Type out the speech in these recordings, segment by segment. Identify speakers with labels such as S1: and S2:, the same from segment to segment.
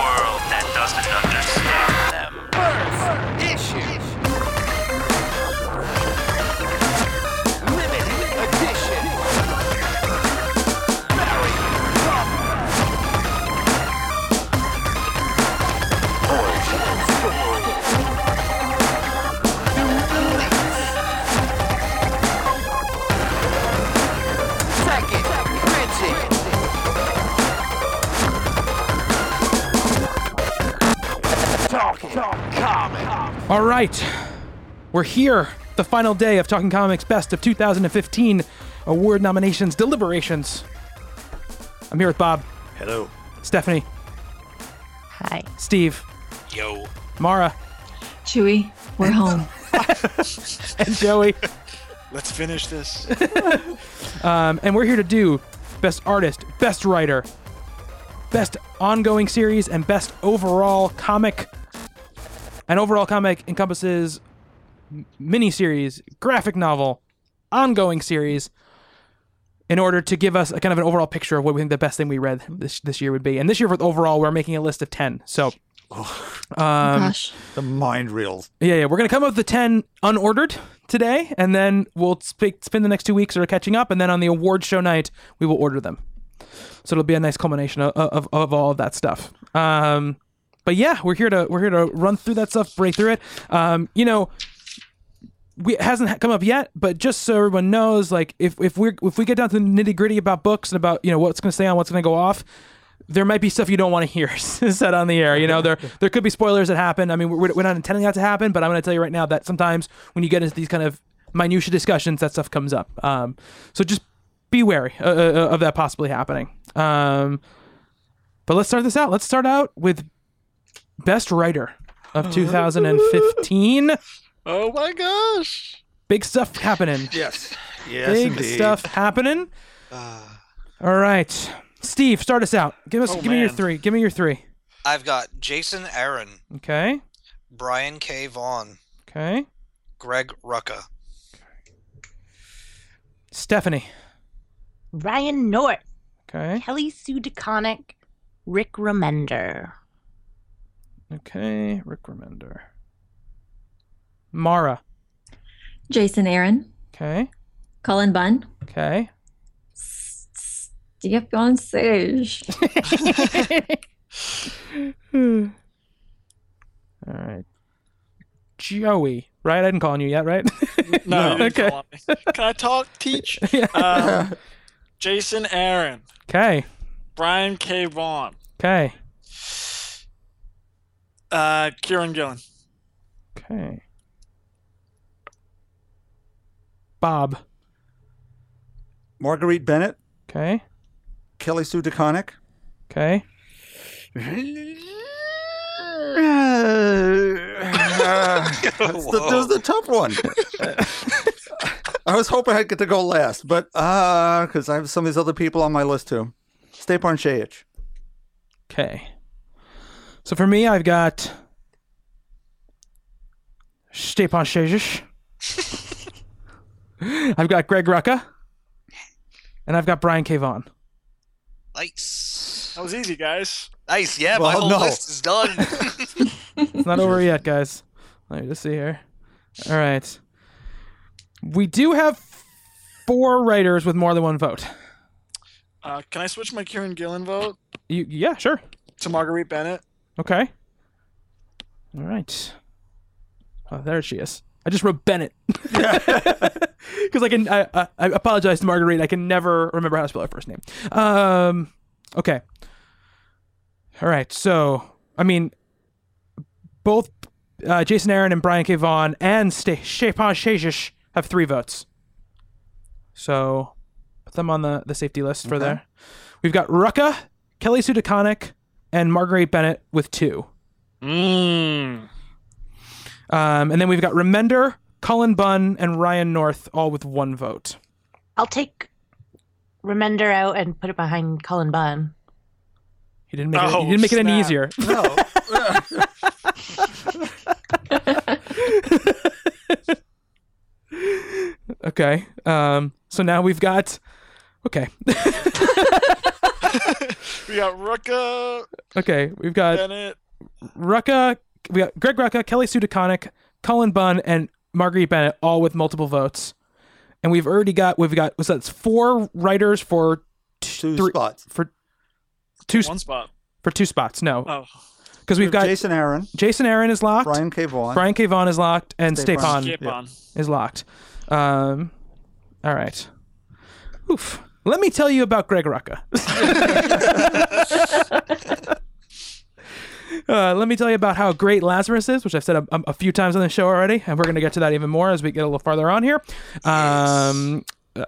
S1: world that doesn't understand them.
S2: All right, we're here. The final day of Talking Comics Best of 2015 award nominations, deliberations. I'm here with Bob,
S3: Hello.
S2: Stephanie,
S4: Hi.
S2: Steve,
S3: Yo.
S2: Mara,
S4: Chewy, we're home.
S2: and Joey.
S3: Let's finish this.
S2: Um, and we're here to do Best Artist, Best Writer, Best Ongoing Series, and Best Overall Comic. An overall comic encompasses m- miniseries, graphic novel, ongoing series, in order to give us a kind of an overall picture of what we think the best thing we read this, this year would be. And this year, with overall, we're making a list of 10. So, um,
S4: Gosh.
S3: the mind reel.
S2: yeah, yeah, we're going to come up with the 10 unordered today, and then we'll sp- spend the next two weeks or catching up, and then on the award show night, we will order them. So it'll be a nice culmination of, of, of all of that stuff. Um, but yeah, we're here to we're here to run through that stuff, break through it. Um, you know, we it hasn't come up yet, but just so everyone knows, like if if we are if we get down to the nitty gritty about books and about you know what's going to stay on, what's going to go off, there might be stuff you don't want to hear said on the air. You know, there there could be spoilers that happen. I mean, we're, we're not intending that to happen, but I'm going to tell you right now that sometimes when you get into these kind of minutia discussions, that stuff comes up. Um, so just be wary uh, uh, uh, of that possibly happening. Um, but let's start this out. Let's start out with best writer of 2015.
S3: Oh my gosh.
S2: Big stuff happening.
S3: Yes. Yes.
S2: Big
S3: indeed.
S2: stuff happening. All right, Steve, start us out. Give us,
S5: Oh,
S2: give me your
S5: man.
S2: three. Give me your three.
S5: I've got Jason Aaron,
S2: Okay,
S5: Brian K. Vaughan,
S2: okay.
S5: Greg Rucka,
S2: Stephanie.
S4: Ryan North,
S2: Okay,
S4: Kelly Sue DeConnick, Rick Remender.
S2: okay. Rick Remender. Mara.
S6: Jason Aaron,
S2: Okay,
S6: Colin Bunn,
S2: okay.
S6: Stefan Sage,
S2: All right. Joey. Right, I didn't call on you yet, right?
S3: No.
S5: No.
S3: you didn't
S2: Okay.
S3: call on me. Can I talk? Teach.
S2: Yeah.
S3: Um, Jason Aaron,
S2: Okay,
S3: Brian K. Vaughan,
S2: okay,
S3: uh, Kieran Gillen.
S2: okay. Bob.
S7: Marguerite Bennett,
S2: Okay,
S7: Kelly Sue DeConnick,
S2: okay.
S7: That's the, that was the tough one. I was hoping I'd get to go last, but uh, because I have some of these other people on my list too. Stepan Shayich,
S2: Okay. So for me, I've got Stepan Shejish. I've got Greg Rucka. And I've got Brian K. Vaughan.
S5: Nice.
S3: That was easy, guys.
S5: Nice. Yeah, my
S7: Well,
S5: whole
S7: no.
S5: list is done.
S2: It's not over yet, guys. Let me just see here. All right. We do have four writers with more than one vote.
S3: Uh, can I switch my Kieran Gillen vote
S2: You, yeah, sure.
S3: to Marguerite Bennett?
S2: Okay. All right. Oh, there she is. I just wrote Bennett because I can. I, I, I apologize to Marguerite. I can never remember how to spell her first name. Um. Okay. All right. So I mean, both uh, Jason Aaron and Brian K. Vaughan and Ste- Stepan Shejish have three votes. So put them on the, the safety list for there. We've got Rucka, Kelly Sue DeConnick, and Marguerite Bennett with two.
S3: Mmm.
S2: Um, and then we've got Remender, Cullen Bunn, and Ryan North all with one vote.
S4: I'll take Remender out and put it behind Colin Bunn.
S2: You didn't make it.
S3: Oh,
S2: You didn't make it any
S3: snap.
S2: easier.
S7: No.
S2: Okay. Um. So now we've got. Okay.
S3: We got Rucka,
S2: okay. We've got
S3: Bennett.
S2: Rucka. We got Greg Rucka, Kelly Sue DeConnick, Cullen Bunn, and Marguerite Bennett, all with multiple votes. And we've already got. We've got. Was that four writers for
S7: Two
S2: Three-
S7: spots.
S2: for two
S3: One spot.
S2: for two spots? No,
S3: Oh,
S2: because we've got
S7: Jason Aaron,
S2: Jason Aaron is locked.
S7: Brian K. Vaughan.
S2: Brian K. Vaughan is locked, and
S7: Stapon.
S2: Stapon
S3: skip
S7: yeah.
S3: on.
S2: is locked. Um, all right. Oof. Let me tell you about Greg Rucka. uh, let me tell you about how great Lazarus is, which I've said a, a few times on the show already, and we're going to get to that even more as we get a little farther on here. Um, uh,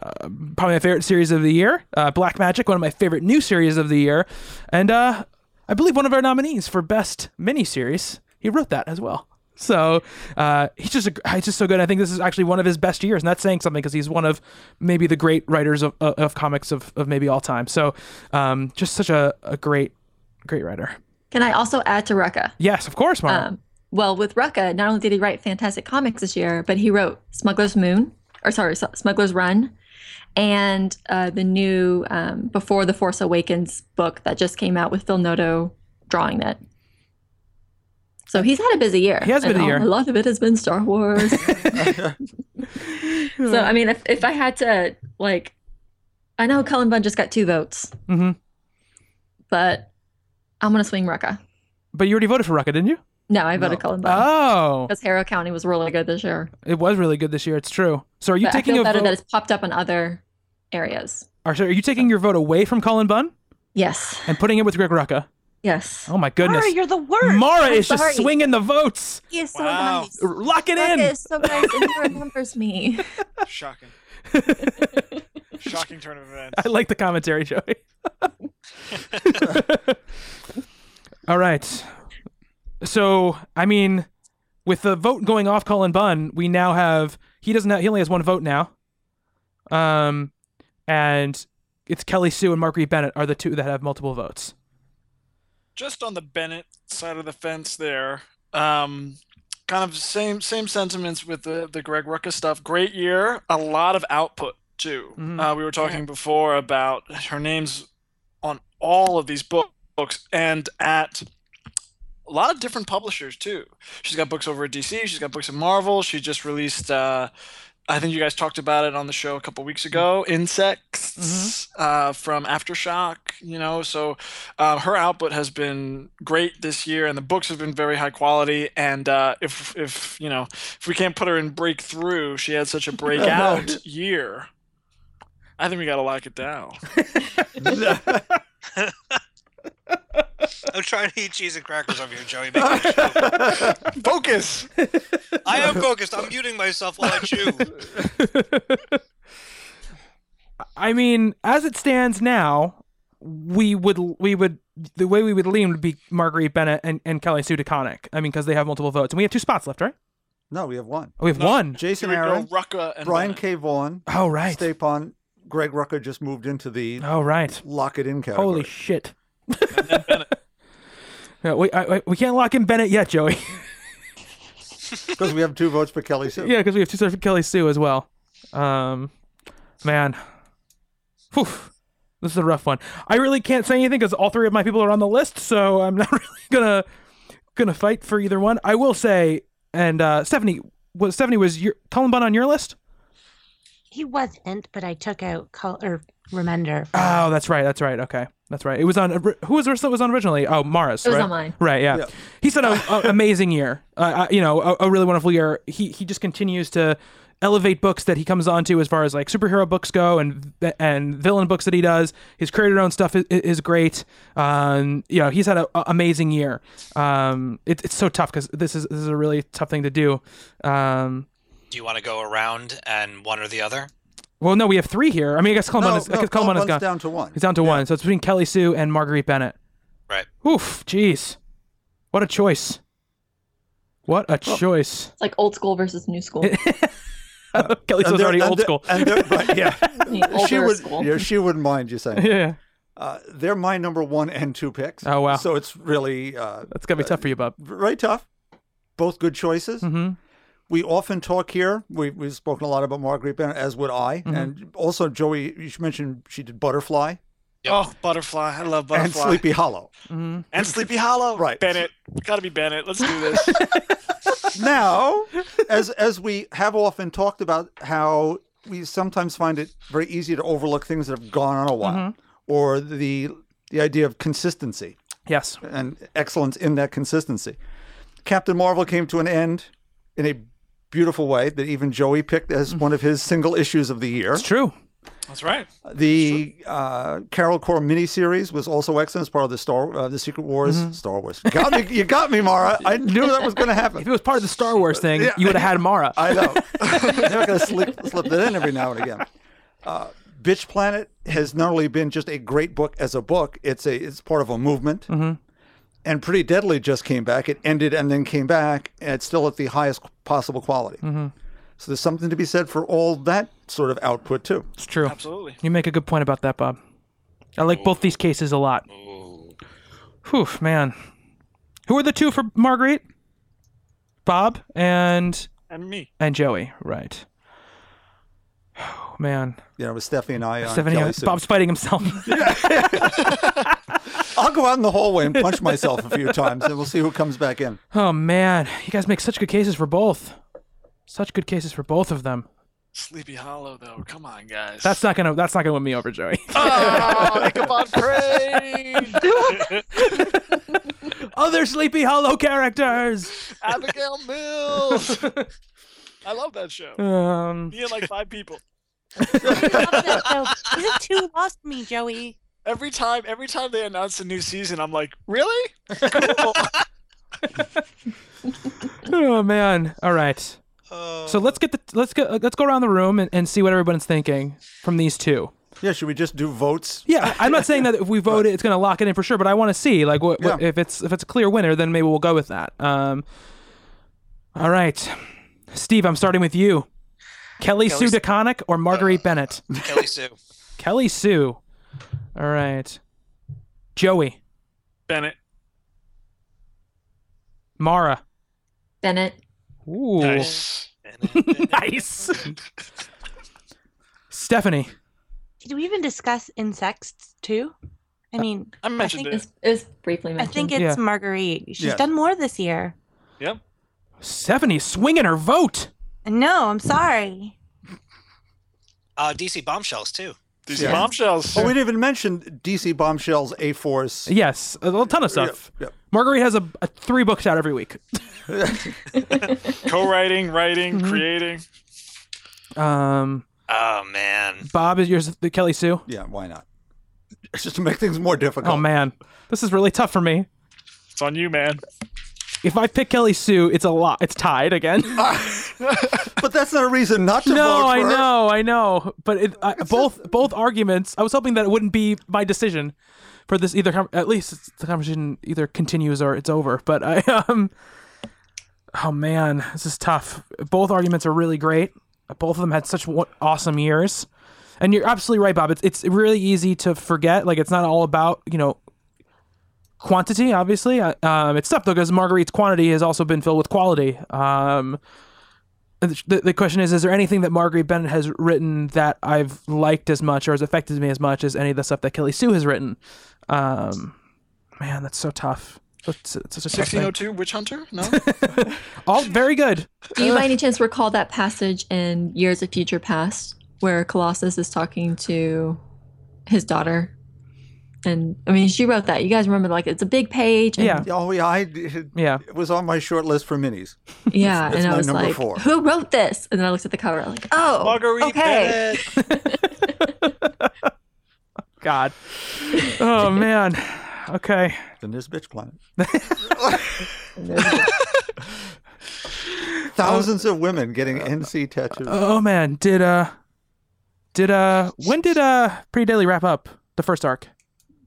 S2: probably my favorite series of the year, uh, Black Magic, one of my favorite new series of the year, and uh, I believe one of our nominees for best miniseries. He wrote that as well. So uh, he's just a, he's just so good. I think this is actually one of his best years, and that's saying something because he's one of maybe the great writers of, of, of comics of, of maybe all time. So um, just such a, a great great writer.
S6: Can I also add to Rucka?
S2: Yes, of course, Mara.
S6: Um, well, with Rucka, not only did he write fantastic comics this year, but he wrote Smuggler's Moon, or sorry, S- Smuggler's Run, and uh, the new um, Before the Force Awakens book that just came out with Phil Noto drawing it. So he's had a busy year.
S2: He has a
S6: and
S2: busy
S6: all-
S2: year.
S6: A lot of it has been Star Wars. Um, so, I mean, if, if I had to, like, I know Cullen Bunn just got two votes,
S2: hmm
S6: but I'm going to swing Rucka.
S2: But you already voted for Rucka, didn't you?
S6: No, I voted
S7: No.
S6: Cullen Bunn.
S2: Oh,
S6: because Harrow County was really good this year.
S2: it was really good this year. It's true. So are you
S6: But I
S2: taking
S6: feel
S2: a
S6: better
S2: vote?
S6: that it's popped up in other areas.
S2: are, so are you taking your vote away from Colin Bunn
S6: Yes,
S2: and putting it with Greg Rucka?
S6: yes.
S2: Oh my goodness,
S8: Mara, you're the worst.
S2: Mara
S6: I'm
S2: is
S6: sorry.
S2: just swinging the votes.
S6: He is so
S3: Wow.
S6: nice.
S2: Lock it
S6: Rucka
S2: in.
S6: is so nice, and he remembers me.
S3: Shocking. Shocking turn of events.
S2: I like the commentary, Joey. All right. So, I mean, with the vote going off Colin Bunn, we now have he doesn't have, he only has one vote now. Um and it's Kelly Sue and Marguerite Bennett are the two that have multiple votes.
S3: just on the Bennett side of the fence there. Um, kind of same same sentiments with the the Greg Rucka stuff. Great year, a lot of output too.
S2: Mhm.
S3: Uh, we were talking before about her names on all of these book- books and at a lot of different publishers too. She's got books over at DC. She's got books at Marvel. She just released. Uh, I think you guys talked about it on the show a couple weeks ago. Insects uh, from Aftershock. You know, so uh, her output has been great this year, and the books have been very high quality. And uh, if if you know if we can't put her in breakthrough, she had such a breakout year. I think we gotta lock it down.
S5: I'm trying to eat cheese and crackers over here, Joey. Make me chew.
S3: Focus.
S5: I am focused. I'm muting myself while I chew.
S2: I mean, as it stands now, we would we would the way we would lean would be Marguerite Bennett and, and Kelly Sue DeConnick. I mean, because they have multiple votes, and we have two spots left, right?
S7: no, we have one.
S2: Oh, we have
S3: No.
S2: one.
S7: Jason
S3: Here we go,
S7: Aaron,
S3: Rucka and
S7: Brian
S3: Bennett.
S7: K. Vaughan,
S2: Oh right.
S7: Stapon, Greg Rucker just moved into the
S2: Oh right.
S7: lock it in category.
S2: Holy shit. Yeah, we, I, I- we can't lock in Bennett yet, Joey.
S7: Because we have two votes for Kelly Sue.
S2: yeah, because we have two sides for Kelly Sue as well. Um, man, Whew. this is a rough one. I really can't say anything because all three of my people are on the list, so I'm not really gonna gonna fight for either one. I will say, and uh, Stephanie was Stephanie was your Colin Bunn on your list?
S8: He wasn't, but I took out Col- or Remender. from-
S2: Oh, that's right, that's right. Okay, that's right. It was on who was it was on originally? Oh, Morris.
S6: It was
S2: right?
S6: on mine.
S2: Right. Yeah.
S7: Yeah.
S2: He's had an oh, amazing year. Uh, uh, you know, a, a really wonderful year. He he just continues to elevate books that he comes onto as far as like superhero books go and and villain books that he does. His creator owned stuff is, is great. Um, you know, he's had an amazing year. Um, it, it's so tough because this is this is a really tough thing to do. Um,
S5: Do you want to go around and one or the other?
S2: well, no, we have three here. I mean, I guess Coleman
S7: No,
S2: is I
S7: no,
S2: guess Coleman is
S7: Vaughan's
S2: gone.
S7: down to one.
S2: He's down to one. So it's between Kelly Sue and Marguerite Bennett.
S5: Right.
S2: Oof, jeez, what a choice. What a choice.
S6: It's like old school versus new school.
S2: Kelly
S7: And
S2: Sue's
S7: they're-
S2: already
S7: and
S2: old
S7: they're-
S2: school.
S7: and they're- right, yeah.
S6: I mean, older
S7: she would,
S6: school.
S7: yeah, she wouldn't mind you saying.
S2: yeah.
S7: Uh, they're my number one and two picks.
S2: Oh, wow.
S7: So it's really uh,
S2: That's gonna be tough for you, Bob.
S7: very tough. Both good choices.
S2: Mm-hmm.
S7: We often talk here. We, we've spoken a lot about Marguerite Bennett, as would I.
S2: Mm-hmm.
S7: And also, Joey, you should mention she did Butterfly,
S5: Yep.
S3: Oh, Butterfly. I love
S7: and
S3: Butterfly.
S7: Sleepy Hollow.
S2: Mm-hmm.
S3: And Sleepy Hollow.
S7: Right.
S3: Bennett. Gotta be Bennett. Let's do this.
S7: now, as as we have often talked about, how we sometimes find it very easy to overlook things that have gone on a while, or the the idea of consistency
S2: Yes.
S7: and excellence in that consistency. Captain Marvel came to an end in a beautiful way that even Joey picked as one of his single issues of the year.
S2: It's true.
S3: That's right.
S7: The uh, Carol Core miniseries was also excellent as part of the Star uh, the Secret Wars Star Wars. Got me, you got me, Mara. I knew that was going to happen.
S2: If it was part of the Star Wars thing,
S7: Yeah.
S2: you would have had Mara.
S7: I know. They're going to slip, slip that in every now and again. Uh, Bitch Planet has not only been just a great book as a book, it's a it's part of a movement.
S2: Mm-hmm.
S7: And Pretty Deadly just came back. It ended and then came back, and it's still at the highest possible quality.
S2: Mm-hmm.
S7: So there's something to be said for all that sort of output, too.
S2: it's true.
S3: Absolutely.
S2: You make a good point about that, Bob. I like both these cases a lot. Whew, man. Who are the two for Marguerite? Bob and
S3: And me.
S2: and Joey, right? Oh, man,
S7: You know, with Stephanie and I. on
S2: Stephanie, uh,
S7: Jelly Soup.
S2: Bob's fighting himself.
S7: I'll go out in the hallway and punch myself a few times, and we'll see who comes back in.
S2: oh man, you guys make such good cases for both. Such good cases for both of them.
S3: Sleepy Hollow, though. Come on, guys.
S2: That's not gonna. That's not gonna win me over, Joey.
S3: Oh, Ichabod Crane!
S2: Other Sleepy Hollow characters.
S3: Abigail Mills! I love that show.
S2: Um,
S3: Me and like five people.
S8: Season two lost me, Joey.
S3: Every time, every time they announce a new season, I'm like, really? Cool.
S2: oh man. All right.
S5: Oh.
S2: So let's get the let's go let's go around the room and, and see what everyone's thinking from these two.
S7: Yeah, should we just do votes?
S2: Yeah, I- I'm not saying that if we vote it, it's going to lock it in for sure, but I want to see like what, what
S7: Yeah.
S2: if it's if it's a clear winner, then maybe we'll go with that. Um, all right, Steve, I'm starting with you. Kelly, Sue
S5: Kelly Sue-
S2: DeConnick or Marguerite Bennett?
S5: Kelly Sue.
S2: Kelly Sue. All right, Joey,
S3: Bennett.
S2: Mara.
S6: Bennett.
S2: Ooh,
S3: Nice.
S2: Nice. Stephanie.
S8: Did we even discuss insects too? I mean,
S3: I mentioned
S8: think
S3: it.
S6: It's, it was briefly
S8: I
S6: mentioned.
S8: think
S2: Yeah.
S8: it's Marguerite. She's
S7: Yeah.
S8: done more this year.
S3: Yep.
S2: Stephanie's swinging her vote.
S8: No, I'm sorry.
S5: Uh, DC bombshells too.
S3: These
S7: Yeah.
S3: bombshells.
S7: Oh, we didn't even mention DC Bombshells, A Force.
S2: Yes, a ton of stuff.
S7: yeah.
S2: Marguerite has a, a three books out every week.
S3: Co-writing, writing,
S7: Mm-hmm.
S3: creating.
S2: Um,
S5: Oh man.
S2: Bob is yours, the Kelly Sue.
S7: Yeah, why not? It's just to make things more difficult.
S2: Oh man, this is really tough for me.
S3: It's on you, man.
S2: If I pick Kelly Sue, it's a lot. It's tied again.
S7: But that's not a reason not to vote
S2: no,
S7: for
S2: I
S7: her.
S2: know, I know. But it, I, both both arguments. I was hoping that it wouldn't be my decision for this either. com- At least it's, the conversation either continues or it's over. But I um. Oh man, this is tough. Both arguments are really great. Both of them had such wa- awesome years, and you're absolutely right, Bob. It's it's really easy to forget. Like it's not all about you know quantity. Obviously, Uh, um, it's tough though because Marguerite's quantity has also been filled with quality. Um, and the- the, the question is: Is there anything that Marguerite Bennett has written that I've liked as much or has affected me as much as any of the stuff that Kelly Sue has written? Um, man, that's so tough. That's, that's such a tough thing.
S3: 1602 Witch Hunter? No?
S2: All very good.
S6: Do you by any chance recall that passage in Years of Future Past where Colossus is talking to his daughter? And I mean, she wrote that. You guys remember, like, it's a big page. And,
S2: Yeah.
S7: Oh, yeah, I, it
S2: Yeah.
S7: was on my short list for minis.
S6: Yeah.
S7: That's- that's
S6: and
S7: my
S6: I was
S7: number
S6: like,
S7: four.
S6: who wrote this? And then I looked at the cover, like, oh,
S3: Marguerite
S6: okay.
S3: Bennett.
S2: God. Oh man. Okay.
S7: Then there's Bitch Planet. Thousands of women getting NC tattoos.
S2: Oh man. Did uh, did uh, when did uh, Pretty Daily wrap up the first arc?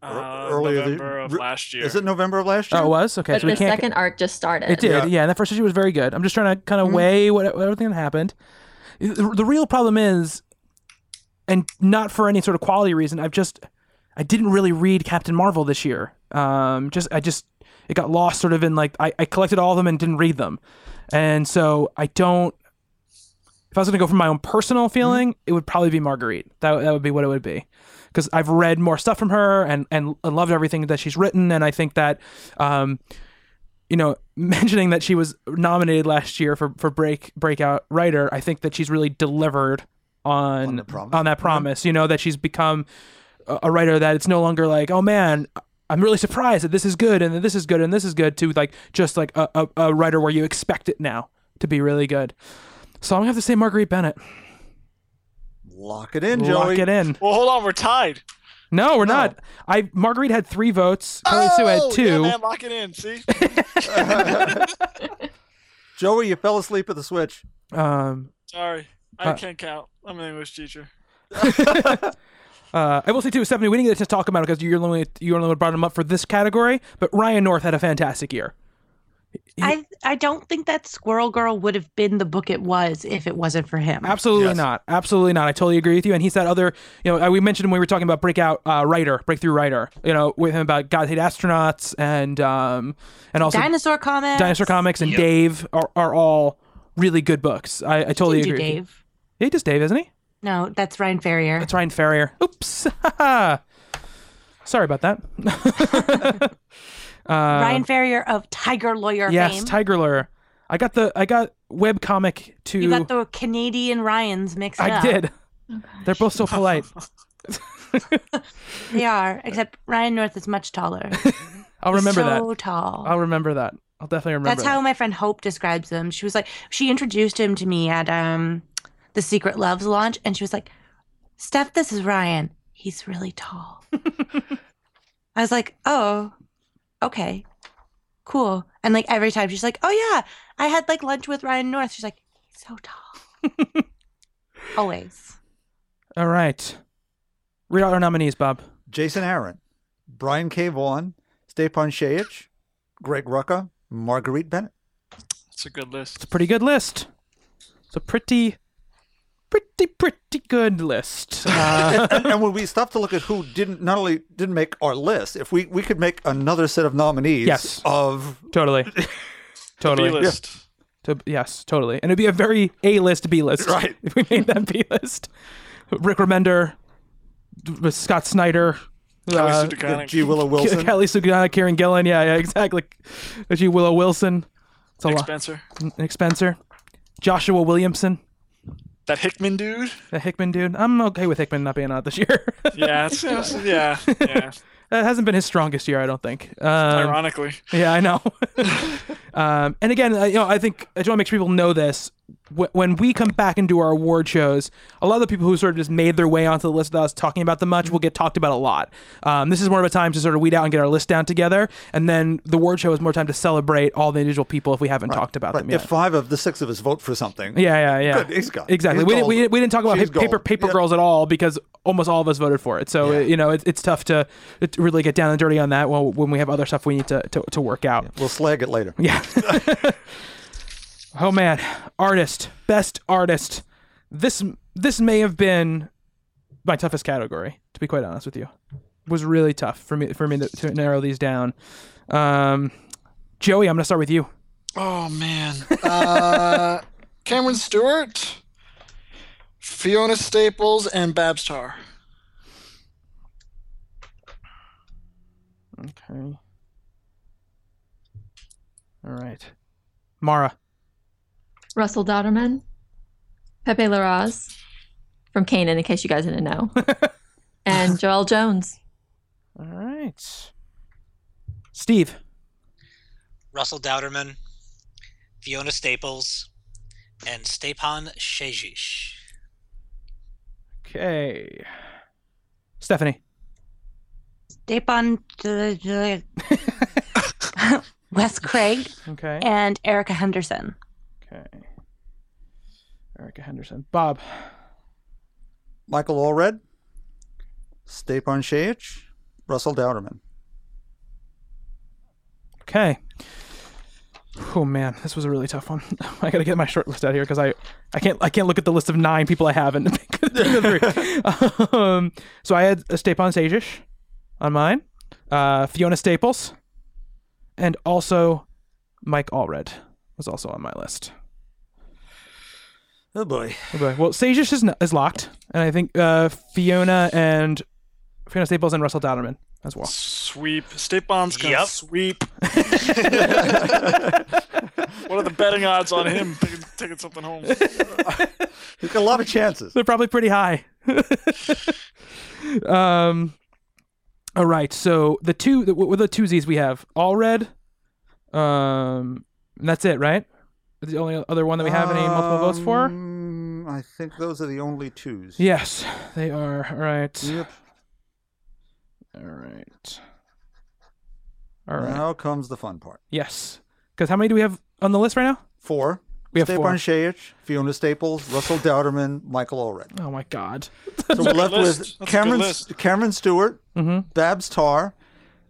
S2: Oh,
S3: Uh,
S7: Earlier the-
S3: November of
S7: re-
S3: last year.
S7: Is it November of last year?
S2: Oh, it was okay.
S6: But
S2: so we
S6: the
S2: can't.
S6: second arc just started.
S2: It did,
S7: Yeah.
S2: yeah. And that first issue was very good. I'm just trying to kind of weigh what, what everything that happened. The, the real problem is, and not for any sort of quality reason, I've just I didn't really read Captain Marvel this year. Um, just I just it got lost sort of in like I, I collected all of them and didn't read them, and so I don't. If I was gonna go from my own
S7: Mm-hmm.
S2: personal feeling, it would probably be Marguerite. That that would be what it would be, because I've read more stuff from her and and loved everything that she's written, and I think that. Um, you know, mentioning that she was nominated last year for for break breakout writer, I think that she's really delivered
S7: On
S2: on
S7: the promise. Mm-hmm.
S2: on that promise. You know that she's become a, a writer that it's no longer like, oh man, I'm really surprised that this is good and that this is good and this is good. To like just like a, a, a writer where you expect it now to be really good. So I'm gonna have to say Marguerite Bennett.
S7: Lock it in, Joey.
S2: Lock it in.
S3: Well, hold on, we're tied.
S2: No, we're not. I Marguerite had three votes. Carly Sue had two.
S3: Oh, Yeah, man, lock it in. See,
S7: Joey, you fell asleep at the switch.
S2: um,
S3: sorry, I
S2: Uh,
S3: can't count. I'm an English teacher.
S2: Uh, I will say too, Stephanie, we didn't get to talk about it because you're the only you're the only one brought him up for this category. But Ryan North had a fantastic year.
S8: I I don't think that Squirrel Girl would have been the book it was if it wasn't for him.
S2: Absolutely
S7: Yes.
S2: not. Absolutely not. I totally agree with you. And he's that other, you know, uh, we mentioned when we were talking about breakout uh, writer, breakthrough writer, you know, with him about God Hate Astronauts and um and also
S8: Dinosaur comics.
S2: Dinosaur Comics and Dave are, are all really good books. I, I totally
S8: Didn't do
S2: agree. with you.
S8: Dave.
S2: Yeah, he does Dave, isn't he?
S8: No, that's Ryan Ferrier.
S2: That's Ryan Ferrier. Oops. Sorry about that.
S8: Ryan Ferrier of Tiger Lawyer
S2: uh, yes,
S8: fame.
S2: Tiger Lure. I got the I got web comic to
S8: you got the Canadian Ryans mixed
S2: I
S8: up.
S2: did. They're both so polite.
S8: They are, except Ryan North is much taller.
S2: I'll remember
S8: so
S2: that.
S8: tall.
S2: I'll remember that. I'll definitely remember.
S8: That's how my friend Hope describes him. She was like, she introduced him to me at um the Secret Loves launch, and she was like, Steph, this is Ryan. He's really tall. I was like, oh, okay, cool. And like every time she's like, oh yeah, I had like lunch with Ryan North. She's like, he's so tall. Always.
S2: That. All right. Read out our nominees, Bob.
S7: Jason Aaron, Brian K. Vaughan, Stepan Sheich, Greg Rucka, Marguerite Bennett.
S3: That's a good list.
S2: It's a pretty good list. It's a pretty, pretty, pretty good list. Uh,
S7: and, and when we stop to look at who didn't not only didn't make our list, if we we could make another set of nominees
S2: Yes.
S7: of
S2: totally.
S3: B
S2: Totally.
S3: list.
S2: To- yes, totally. And it'd be a very A list, B list.
S7: Right.
S2: If we made that B list. Rick Remender, d- Scott Snyder,
S3: Kelly
S2: uh,
S3: Sue DeConnick.
S7: G. Willow
S2: Kelly
S7: Wilson.
S2: Kelly Sugana, Karen Gillan. Yeah, yeah, exactly. G. Willow Wilson. It's a
S3: Nick
S2: lot.
S3: Spencer.
S2: Nick Spencer. Joshua Williamson,
S3: That Hickman dude.
S2: the Hickman dude. I'm okay with Hickman not being out this year.
S3: Yeah, it's, it's- yeah, yeah.
S2: that hasn't been his strongest year, I don't think. Um,
S3: Ironically,
S2: Yeah, I know. um, and again, I, you know, I think I just want to make sure people know this. Wh- When we come back and do our award shows, a lot of the people who sort of just made their way onto the list without us talking about them much will get talked about a lot. Um, this is more of a time to sort of weed out and get our list down together, and then the award show is more time to celebrate all the individual people if we haven't talked about
S7: Right,
S2: them
S7: If
S2: yet.
S7: five of the six of us vote for something,
S2: yeah, yeah, yeah.
S7: Good, he's got-
S2: exactly.
S7: he's
S2: we, didn't, we
S7: gold.
S2: didn't we didn't talk about
S7: She's
S2: pa- paper
S7: gold.
S2: paper
S7: Yeah.
S2: girls at all because almost all of us voted for it. So you know, it, it's tough to, to really get down and dirty on that. Well, when we have other stuff we need to to, to work out.
S7: we'll slag it later.
S2: Yeah. oh man, artist, best artist. This this may have been my toughest category, to be quite honest with you. It was really tough for me for me to, to narrow these down. Um, Joey, I'm gonna start with you.
S3: Oh man. Uh, Cameron Stewart, Fiona Staples, and Babstar.
S2: Okay. All right, Mara.
S6: Russell Dodderman, Pepe Larraz from Canaan, in case you guys didn't know, and Joel Jones.
S2: All right, Steve.
S5: Russell Dowderman, Fiona Staples, and Stepan Shejish.
S2: Okay, Stephanie.
S8: Stepan Wes Craig
S2: Okay.
S8: and Erica Henderson.
S2: Okay. Erica Henderson. Bob.
S7: Michael Allred, Stepan Sheich, Russell Dowderman.
S2: Okay. Oh man, this was a really tough one. I gotta get my short list out here because I, I can't I can't look at the list of nine people I have and pick the three. um, so I had a Stepan Sajic, on mine, uh, Fiona Staples, and also Mike Allred was also on my list.
S7: Oh boy.
S2: Okay. Well, Sajish is, is locked, and I think uh, Fiona and Fiona Staples and Russell Dodderman as well.
S3: Sweep. State Bond's going to
S5: Yep.
S3: sweep. what are the betting odds on him taking, taking something home?
S7: He's got a lot of chances.
S2: They're probably pretty high. um, all right. So the two, the, what were the twosies we have? All red. Um, and that's it, right? The only other one that we have any multiple votes for?
S7: Um, I think those are the only twos.
S2: Yes, they are. All right.
S7: Yep.
S2: All right. All right.
S7: Now comes the fun part.
S2: Yes. Because how many do we have on the list right now?
S7: Four.
S2: We have
S7: Stepan
S2: four.
S7: Shayich, Fiona Staples, Russell Dowderman, Michael Allred.
S2: Oh my god.
S7: So we're left
S3: good
S7: with
S3: list. That's a good
S7: Cameron,
S3: list.
S7: Cameron Stewart,
S2: Mm-hmm.
S7: Babs Tarr.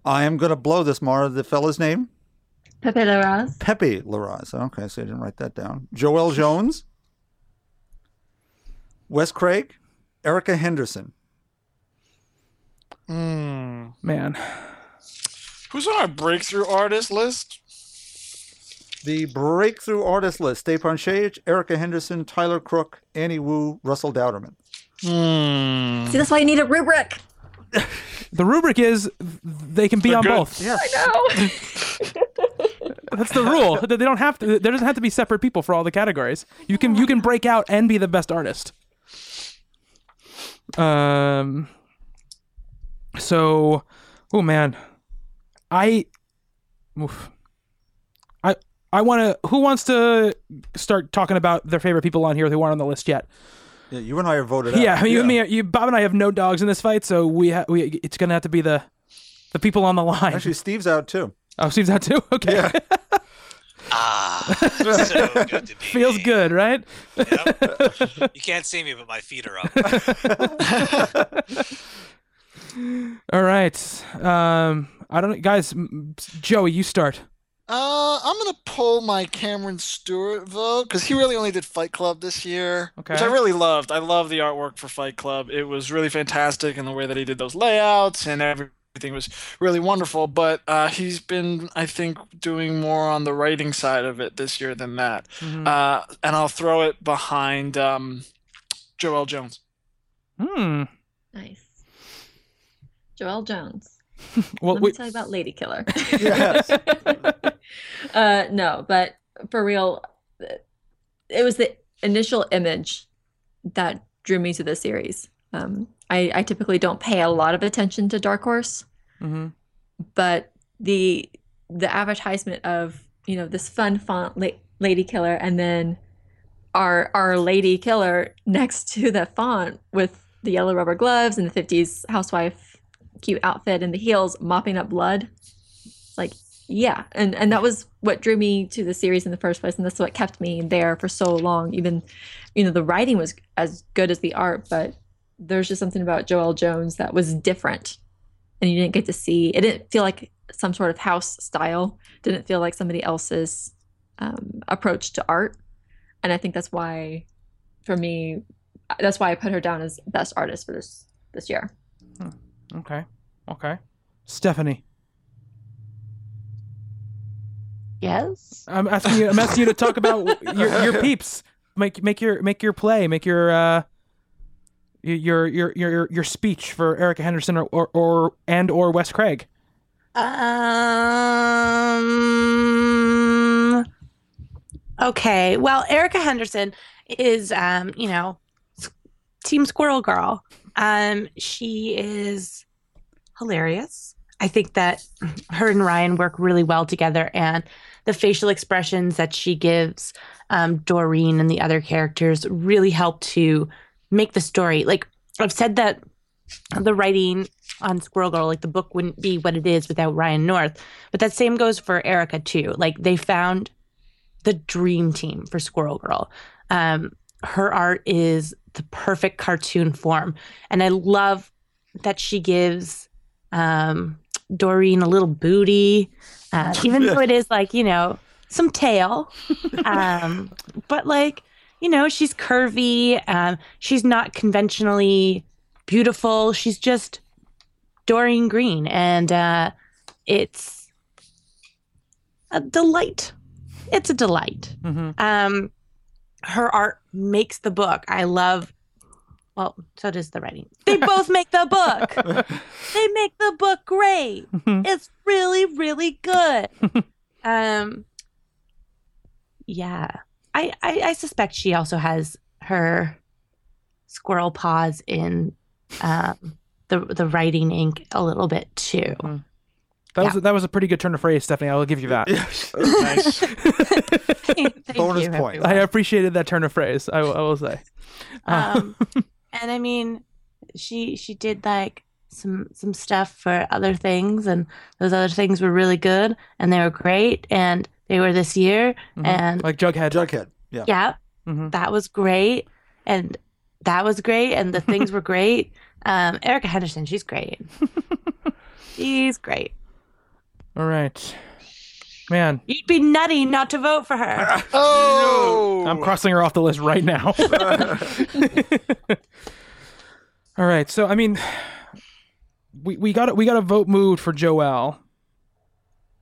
S7: I am going to blow this, Mara. The fella's name?
S6: Pepe Larraz.
S7: Pepe Larraz. Okay, so I didn't write that down. Joel Jones, Wes Craig, Erica Henderson.
S3: Hmm.
S2: Man.
S3: Who's on our breakthrough artist list?
S7: The breakthrough artist list Stepan Shayich, Erica Henderson, Tyler Crook, Annie Wu, Russell Dowderman.
S3: Hmm.
S6: See, that's why you need a rubric.
S2: The rubric is they can be
S3: They're
S2: on
S3: good.
S2: both.
S7: Yes.
S6: No.
S2: That's the rule. That they don't have to. There doesn't have to be separate people for all the categories. You can you can break out and be the best artist. Um. So, oh man, I, oof. I I want to. Who wants to start talking about their favorite people on here who aren't on the list yet?
S7: Yeah, you and I are voted out.
S2: Yeah, you and me, you, Bob and I have no dogs in this fight, so we ha- we it's gonna have to be the the people on the line.
S7: Actually, Steve's out too.
S2: oh, Steve's out too. Okay,
S5: Ah, so good to be
S2: feels
S5: me.
S2: good, right?
S5: Yep. you can't see me, but my feet are up.
S2: All right. Um, I don't guys. m- m- Joey, you start.
S3: Uh, I'm gonna pull my Cameron Stewart vote because he really only did Fight Club this year, which I
S2: Okay.
S3: really loved. I love the artwork for Fight Club. It was really fantastic in the way that he did those layouts and everything was really wonderful. But uh, he's been, I think, doing more on the writing side of it this year than that.
S6: Mm-hmm.
S2: Mm.
S3: Uh, and I'll throw it behind um, Joel Jones.
S2: Hmm.
S6: nice. Joel Jones.
S2: Well,
S6: Let me
S2: wait,
S6: tell you about Lady Killer.
S7: Yes.
S6: uh, no, but for real, th- it was the initial image that drew me to this series. Um, I, I typically don't pay a lot of attention to Dark Horse,
S2: mhm.
S6: but the the advertisement of you know this fun font la- lady killer and then our our lady killer next to the font with the yellow rubber gloves and the 50s housewife cute outfit and the heels mopping up blood It's like yeah and and that was what drew me to the series in the first place and that's what kept me there for so long even you know the writing was as good as the art but there's just something about Joel Jones that was different and you didn't get to see it didn't feel like some sort of house style didn't feel like somebody else's um, approach to art and i think that's why for me that's why i put her down as best artist for this this year
S2: Okay. Okay. Stephanie,
S8: Yes.
S2: I'm asking you. I'm asking you to talk about your, your peeps. Make make your make your play. Make your uh your your your your, your speech for Erica Henderson or, or or and or Wes Craig.
S8: Um. Okay. Well, Erica Henderson is, um, you know, s- Team Squirrel Girl. Um, she is hilarious. I think that her and Ryan work really well together, and the facial expressions that she gives um, Doreen and the other characters really help to make the story. Like I've said that the writing on Squirrel Girl, like the book wouldn't be what it is without Ryan North. But that same goes for Erica too. Like they found the dream team for Squirrel Girl. Um, her art is the perfect cartoon form, and I love that she gives um, Doreen a little booty, uh, even though it is like you know some tail. Um, but like you know she's curvy. Um, she's not conventionally beautiful. She's just Dorian Green, and uh, it's a delight. It's a delight.
S2: Mm-hmm.
S8: Um, her art makes the book. I love. Well, so does the writing. They both make the book. they make the book great.
S2: Mm-hmm.
S8: it's really, really good. um, yeah, I, I I suspect she also has her squirrel paws in um, the the writing ink a little bit too.
S2: That was that was a pretty good turn of phrase, Stephanie. I will give you that.
S3: nice.
S8: Thank
S7: Bonus
S8: you,
S7: point.
S8: everyone.
S2: I appreciated that turn of phrase. I, will- I will say.
S8: um, and I mean, she she did like some some stuff for other things, and those other things were really good, and they were great, and they were this year,
S2: Mhm.
S8: and
S2: Like Jughead.
S7: Jughead. Yeah.
S8: yeah,
S2: Mhm.
S8: that was great, and that was great, and the things were great. Um, Erica Henderson, she's great. she's great.
S2: All right, man.
S8: You'd be nutty not to vote for her.
S3: oh,
S2: I'm crossing her off the list right now. All right, so I mean, we we got we got a vote moved for Joelle.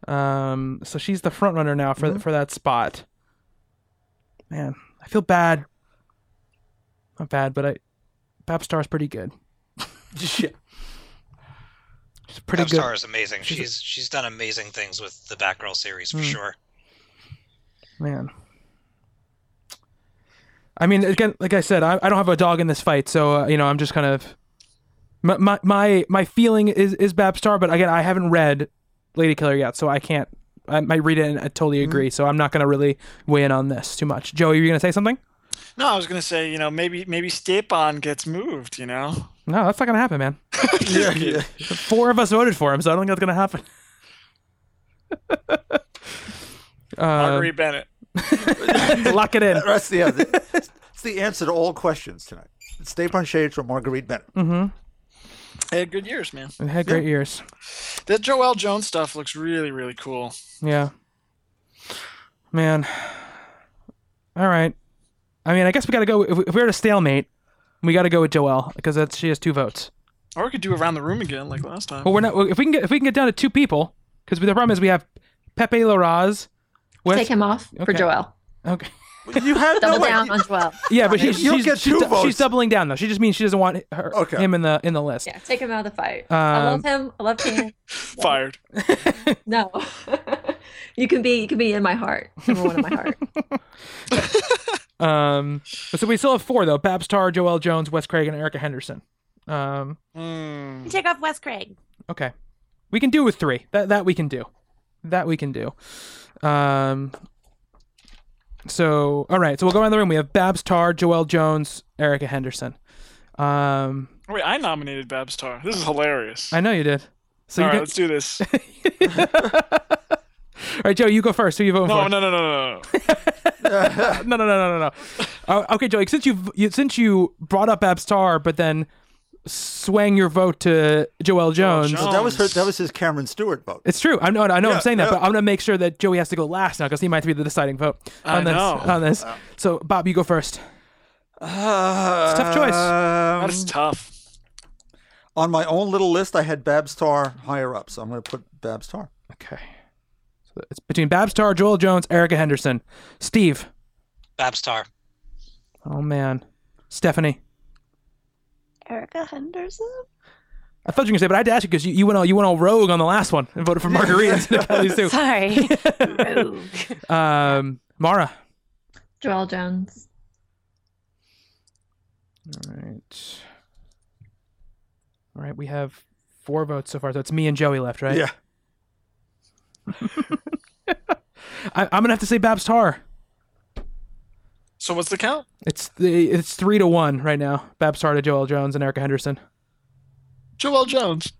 S2: Um, so she's the front runner now for for that spot. Man, I feel bad. Not bad, but I, Babstar's pretty good.
S7: Yeah.
S2: She's pretty good.
S5: Star is amazing. She's she's done amazing things with the Batgirl series
S2: Hmm.
S5: for sure.
S2: Man. I mean, again, like I said, I, I don't have a dog in this fight, so uh, you know, I'm just kind of my my my, my feeling is is Babstar, but again, I haven't read Lady Killer yet, so I can't. I might read it and I totally agree, so I'm not going to really weigh in on this too much. Joey, you going to say something?
S3: no, I was gonna say, you know, maybe maybe Stepan gets moved. You know,
S2: No, that's not going to happen, man. Four of us voted for him, so I don't think that's going to happen.
S3: Marguerite Bennett.
S2: Lock it in.
S7: That's the, yeah, the- it's the answer to all questions tonight. Stay on shades from Marguerite Bennett.
S3: They had good years, man.
S2: It had great ears.
S3: That Joel Jones stuff looks really really cool.
S2: Yeah. Man. All right. I mean, I guess we got to go. If, we, if we're at a stalemate, we got to go with Joelle because that's she has two votes.
S3: Or we could do around the room again like last time.
S2: But we're not. If we can get if we can get down to two people, because the problem is we have Pepe Larraz. With,
S6: Take him off for
S2: Okay.
S6: Joel.
S2: Okay.
S7: You have
S6: Double
S7: no way-
S6: down on Joel.
S2: Yeah, but she,
S7: You'll
S2: she's,
S7: get
S2: she's,
S7: two
S2: du-
S7: votes.
S2: she's doubling down though. She just means she doesn't want her,
S7: Okay.
S2: him in the in the list.
S6: Yeah, take him out of the fight. I
S2: Um,
S6: love him. I love him.
S3: Fired.
S6: No, you can be. You can be in my heart. Number one in my heart.
S2: Um. So we still have four though: Babstar, Joelle Jones, Wes Craig, and Erica Henderson. Um.
S3: Mm.
S8: Take off Wes Craig.
S2: Okay. We can do with three. That that we can do. That we can do. Um so all right, so we'll go around the room. We have Babs Tarr, Joelle Jones, Erica Henderson. Um
S3: Wait, I nominated Babstar. This is hilarious.
S2: I know you did. So
S3: All
S2: you can-
S3: right, let's do this.
S2: all right, Joe, you go first. Who you voting
S3: No,
S2: for?
S3: no, no, no, no, no.
S2: no, no, no, no, no, no. Uh, okay, Joey, since you've, you since you brought up Babs Tarr, but then swang your vote to Joelle Jones.
S3: Jones.
S7: Well, that was her. That was his Cameron Stewart vote.
S2: Oh. It's true. I know. I know. I'm
S7: Yeah,
S2: saying that,
S7: yeah.
S2: but I'm gonna make sure that Joey has to go last now because he might be the deciding vote
S3: I
S2: on this.
S3: know.
S2: On this. So Bob, you go first.
S7: it's
S2: a tough choice.
S3: That's tough.
S7: Um, on my own little list, I had Babstar higher up, so I'm going to put Babstar.
S2: Okay. So it's between Babstar, Joel Jones, Erica Henderson, Steve.
S5: Babstar.
S2: Oh man, Stephanie.
S8: Erica Henderson.
S2: I thought you were gonna say, but I had to ask you because you, you went all you went all rogue on the last one and voted for Marguerite instead of Kelly Sue.
S8: Sorry. Rogue.
S2: Um, Mara.
S6: Joel Jones.
S2: All right. All right. We have four votes so far. So it's me and Joey left, right?
S7: Yeah.
S2: I, I'm gonna have to say Babstar.
S3: So what's the count?
S2: It's the it's three to one right now. Babstar to Joel Jones and Erica Henderson.
S3: Joel Jones.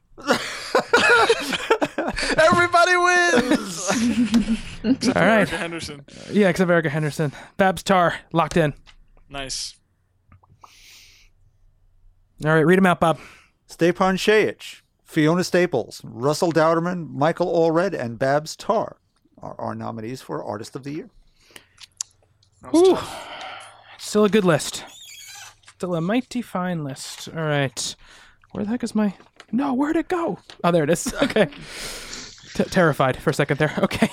S7: Everybody wins.
S2: All right,
S3: Erica Henderson.
S2: yeah, except Erica Henderson. Babstar locked in.
S3: Nice.
S2: All right, read them out, Bob.
S7: Stepan Shayich, Fiona Staples, Russell Dowderman, Michael Allred, and Babs Tarr are our nominees for Artist of the Year.
S2: Ooh. Still a good list. Still a mighty fine list. All right, where the heck is my? no, where'd it go? Oh, there it is. Okay. T- terrified for a second there. Okay.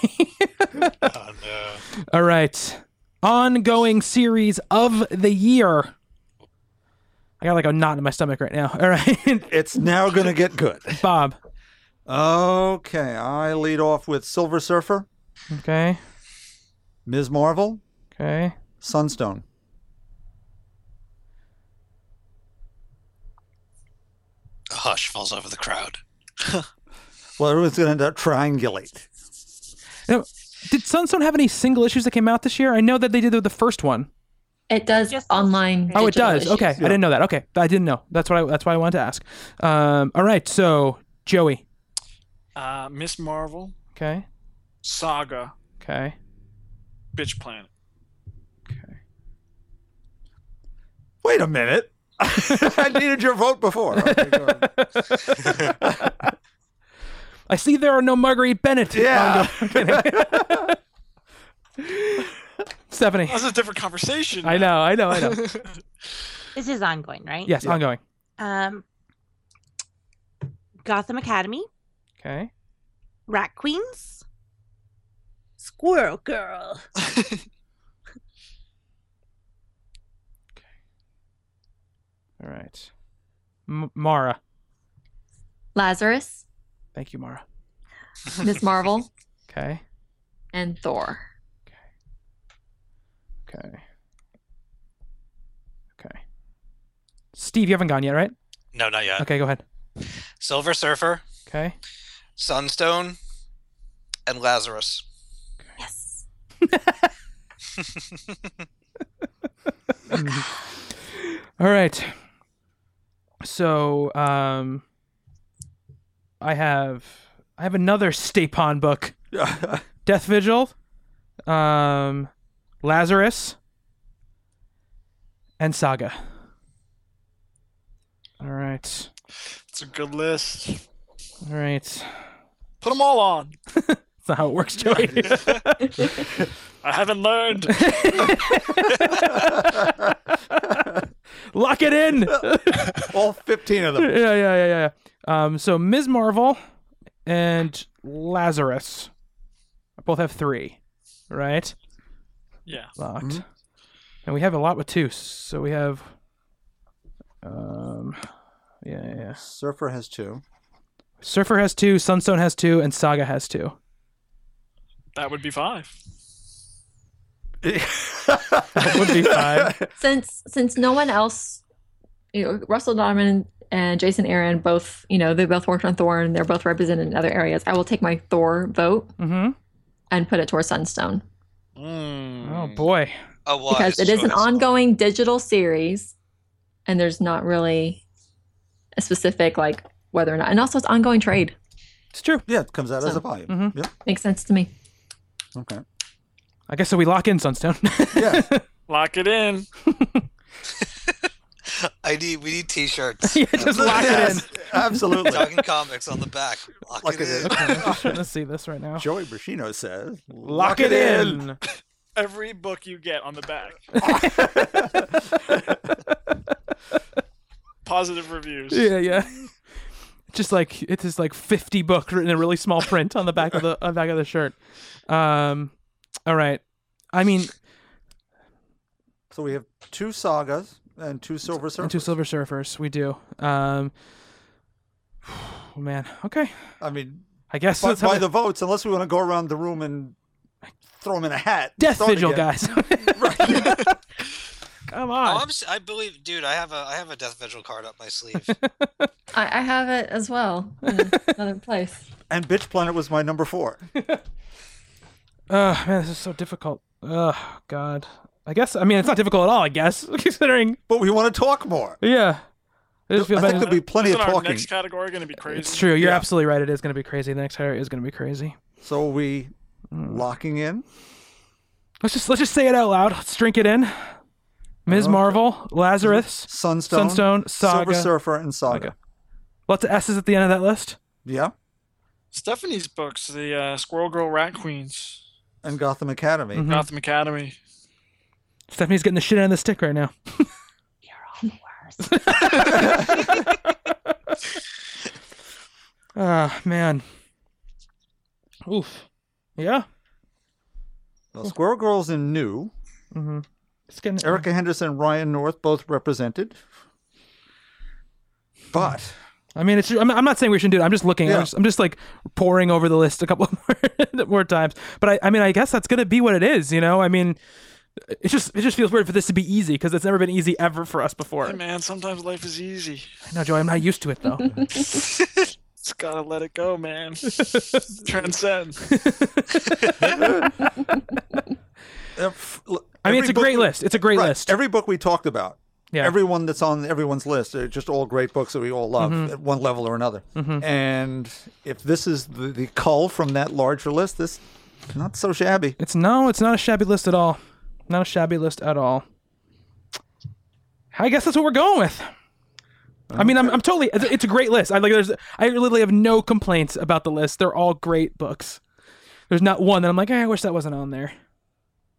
S5: Oh, no.
S2: All right. Ongoing series of the year. I got like a knot in my stomach right now. All right.
S7: It's now going to get good.
S2: Bob.
S7: Okay, I lead off with Silver Surfer,
S2: Okay.
S7: Ms. Marvel,
S2: Okay.
S7: Sunstone.
S5: A hush falls over the crowd.
S7: Well, everyone's going to end up triangulate.
S2: Now, did Sunstone have any single issues that came out this year? I know that they did the- the first one.
S6: It does
S8: Just-
S6: online.
S2: Oh, it
S6: digital
S2: does. Okay, I
S6: issues.
S2: didn't know that. Okay, I didn't know. That's why. That's why I wanted to ask. Um, all right. So Joey.
S3: Uh, Miss Marvel,
S2: Okay.
S3: Saga,
S2: Okay.
S3: Bitch Planet.
S7: Wait a minute. I needed your vote before. Okay, go ahead.
S2: I see there are no Marguerite Bennett.
S7: Yeah.
S2: I'm kidding. Stephanie.
S3: That's a different conversation.
S2: I know. I know. I know.
S8: This is ongoing, right?
S2: Yes. Ongoing.
S8: Um, Gotham Academy,
S2: Okay.
S8: Rat Queens, Squirrel Girl.
S2: All right. M- Mara.
S6: Lazarus,
S2: Thank you, Mara.
S6: Miss Marvel,
S2: Okay.
S6: and Thor.
S2: Okay. Okay. Steve, you haven't gone yet, right?
S5: No, not yet.
S2: Okay, go ahead.
S5: Silver Surfer,
S2: Okay.
S5: Sunstone, and Lazarus.
S6: Yes.
S2: All right. So, um, I have I have another Stapon book, Death Vigil, um, Lazarus, and Saga. All right.
S3: It's a good list.
S2: All right.
S3: Put them all on.
S2: That's not how it works, Joey.
S3: I haven't learned.
S2: Lock it in.
S7: All 15 of them.
S2: yeah, yeah, yeah, yeah, yeah. Um, so Ms. Marvel and Lazarus both have three, right?
S3: Yeah.
S2: Locked.
S7: Mm-hmm.
S2: And we have a lot with two. So we have, um, yeah, yeah, yeah.
S7: Surfer has two.
S2: Surfer has two, Sunstone has two, and Saga has two.
S3: That would be five.
S2: That would be five.
S6: Since since no one else, you know, Russell Donovan and Jason Aaron both, you know, they both worked on Thor and they're both represented in other areas. I will take my Thor vote
S2: mm-hmm.
S6: and put it towards Sunstone
S3: Hmm.
S2: Oh
S3: Mm.
S2: boy.
S5: A wise
S6: because it is an
S5: choice.
S6: ongoing digital series, and there's not really a specific like whether or not, and also it's ongoing trade.
S2: It's true.
S7: Yeah, it comes out as a volume.
S2: Mhm.
S7: Yep.
S6: Makes sense to me.
S7: Okay.
S2: I guess so. We lock in Sunstone.
S7: Yeah.
S3: Lock it in.
S5: I need. We need T-shirts.
S2: yeah, just lock
S7: Yes, Absolutely.
S5: Talking comics on the back. Lock,
S7: Lock
S5: it,
S7: it in.
S5: in.
S2: it in. I'm trying to see this right now.
S7: Joey Brashino says, "Lock,
S3: Every book you get on the back. Positive reviews.
S2: Yeah, yeah. Just like it's just like fifty book written in really small print on the back of the on the back of the shirt. Um, all right. I mean,
S7: So we have two sagas and two Silver
S2: and two
S7: Surfers.
S2: Silver Surfers, we do. Um, man, okay.
S7: I mean,
S2: I guess
S7: by,
S2: that's how
S7: by
S2: we-
S7: the votes, unless we want to go around the room and throw them in a hat. and
S2: Death
S7: start
S2: Vigil,
S7: again.
S2: guys. Come
S5: Oh,
S2: on.
S5: I'm, si believe, dude. I have a. I have a Death Vigil card up my sleeve.
S6: I, I have it as well in another place.
S7: And Bitch Planet was my number four.
S2: Ugh, man, this is so difficult. Ugh, God. I guess. I mean, it's not difficult at all. I guess, considering.
S7: But we want to talk more.
S2: Yeah. It just feels
S7: I
S2: bad.
S7: think there'll be plenty
S3: Isn't
S7: of
S3: our
S7: talking.
S3: next category going to be crazy?
S2: It's true. You're absolutely right. It is going to be crazy. The next hire is going to be crazy.
S7: So are we
S2: Hmm.
S7: locking in?
S2: Let's just let's just say it out loud. Let's drink it in. Ms. Marvel, Lazarus,
S7: Sunstone,
S2: Sunstone, Saga.
S7: Silver Surfer, and Saga.
S2: Okay. Lots of S's at the end of that list.
S7: Yeah,
S3: Stephanie's books, the uh, Squirrel Girl Rat Queens,
S7: and Gotham Academy.
S2: Mhm.
S3: Gotham Academy.
S2: Stephanie's getting the shit out of the stick right now.
S8: You're all the worst.
S2: Ah, man. Oof. Yeah.
S7: Well, Squirrel Girls and New.
S2: It's getting
S7: Erica Henderson and Ryan North both represented. But
S2: I mean, it's. I'm, I'm not saying we shouldn't do it. I'm just looking.
S7: Yeah.
S2: I'm, just, I'm just like pouring over the list a couple more, more times. But I, I mean, I guess that's gonna be what it is. You know, I mean, it just it just feels weird for this to be easy because it's never been easy ever for us before.
S3: Hey, man, sometimes life is easy.
S2: I know, Joey. I'm not used to it though.
S3: Just gotta let it go, man. Transcend.
S7: if-
S2: I mean,
S7: every
S2: it's a
S7: book-
S2: great list. It's a great
S7: right,
S2: list.
S7: Every book we talked about,
S2: yeah.
S7: everyone that's on everyone's list, they're just all great books that we all love
S2: Mm-hmm.
S7: at one level or another. And if this is the, the cull from that larger list, this not so shabby.
S2: It's no, it's not a shabby list at all. Not a shabby list at all. I guess that's what we're going with. I mean, I'm, I'm totally. It's, it's a great list. I like. There's. I literally have no complaints about the list. They're all great books. There's not one that I'm like. "Eh, I wish that wasn't on there.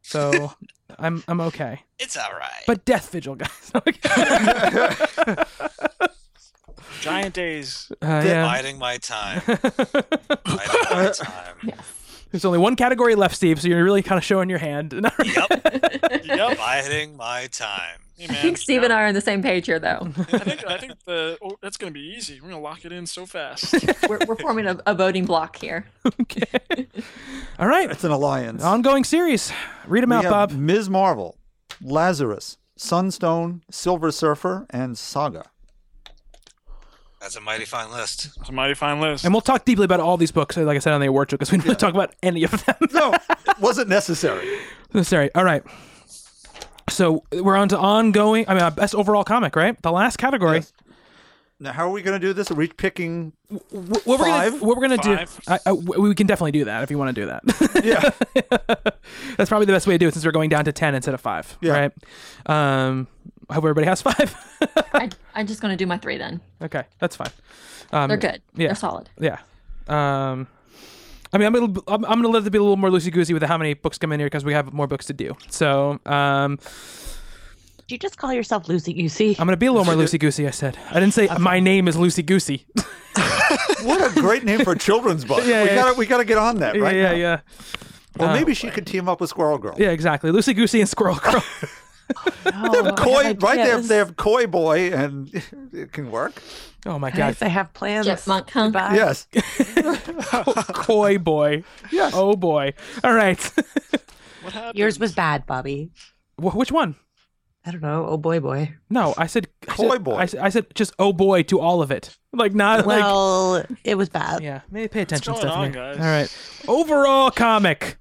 S2: So I'm I'm okay.
S5: It's all right.
S2: But Death Vigil, guys. uh,
S3: Giant days.
S2: yeah. Uh,
S5: biding my time. biding my time.
S2: There's only one category left, Steve. So you're really kind of showing your hand.
S5: Yep.
S3: Yep.
S5: Biding my time.
S3: Hey,
S6: I
S3: man,
S6: think Steve and I are on the same page here, though.
S3: I think, I think the oh, that's gonna be easy. We're gonna lock it in so fast.
S6: we're, we're forming a, a voting block here.
S2: okay. All right.
S7: It's an alliance.
S2: Ongoing series. Read them
S7: we
S2: out,
S7: have
S2: Bob.
S7: Ms. Marvel, Lazarus, Sunstone, Silver Surfer, and Saga.
S5: That's a mighty fine list.
S3: It's a mighty fine list.
S2: And we'll talk deeply about all these books, like I said on the award show, because we didn't really talk about any of them.
S7: No, it wasn't necessary.
S2: Sorry. All right. So we're on to ongoing. I mean, uh, best overall comic, right? The last category.
S7: Yes. Now, how are we going to do this? Are we picking?
S2: Wh- What we're
S7: Five?
S2: gonna what we're gonna
S3: Five.
S2: do? I, I, we can definitely do that if you want to do that.
S7: Yeah.
S2: That's probably the best way to do it since we're going down to ten instead of five.
S7: Yeah.
S2: Right. Um. I hope everybody has five.
S6: I, I'm just going to do my three then.
S2: okay, that's fine. Um,
S6: They're good.
S2: yeah.
S6: They're solid.
S2: Yeah. Um, I mean, I'm gonna I'm, I'm gonna let it be a little more loosey goosey with how many books come in here because we have more books to do. So um,
S8: Did you just call yourself Lucy Goosey?
S2: I'm gonna be a little more loosey goosey. I said I didn't say my name is loosey goosey.
S7: What a great name for a children's book.
S2: Yeah,
S7: we
S2: yeah.
S7: got to we got to get on that right
S2: yeah, Oh.
S7: now.
S2: yeah,
S7: Well, maybe she could team up with Squirrel Girl.
S2: yeah, exactly. Loosey goosey and squirrel girl.
S8: Oh, I have
S7: Koi, right there.
S8: ideas.
S7: They have Koi Boy, and it can work.
S2: oh my god,
S8: Guys, I have plans.
S6: Chipmunk hunk.
S8: Goodbye.
S7: Yes.
S2: Oh, koi boy.
S7: Yes.
S2: Oh boy. All right.
S3: What happened?
S8: Yours was bad, Bobby.
S2: Wh- Which one?
S8: I don't know. Oh boy, boy.
S2: No, I said I said-
S7: Koi boy.
S2: I said, I said just oh boy to all of it. Like not like
S8: Well, it was bad.
S2: Yeah, maybe pay attention,
S3: going on,
S2: Stephanie.
S3: guys?
S2: All right, overall comic.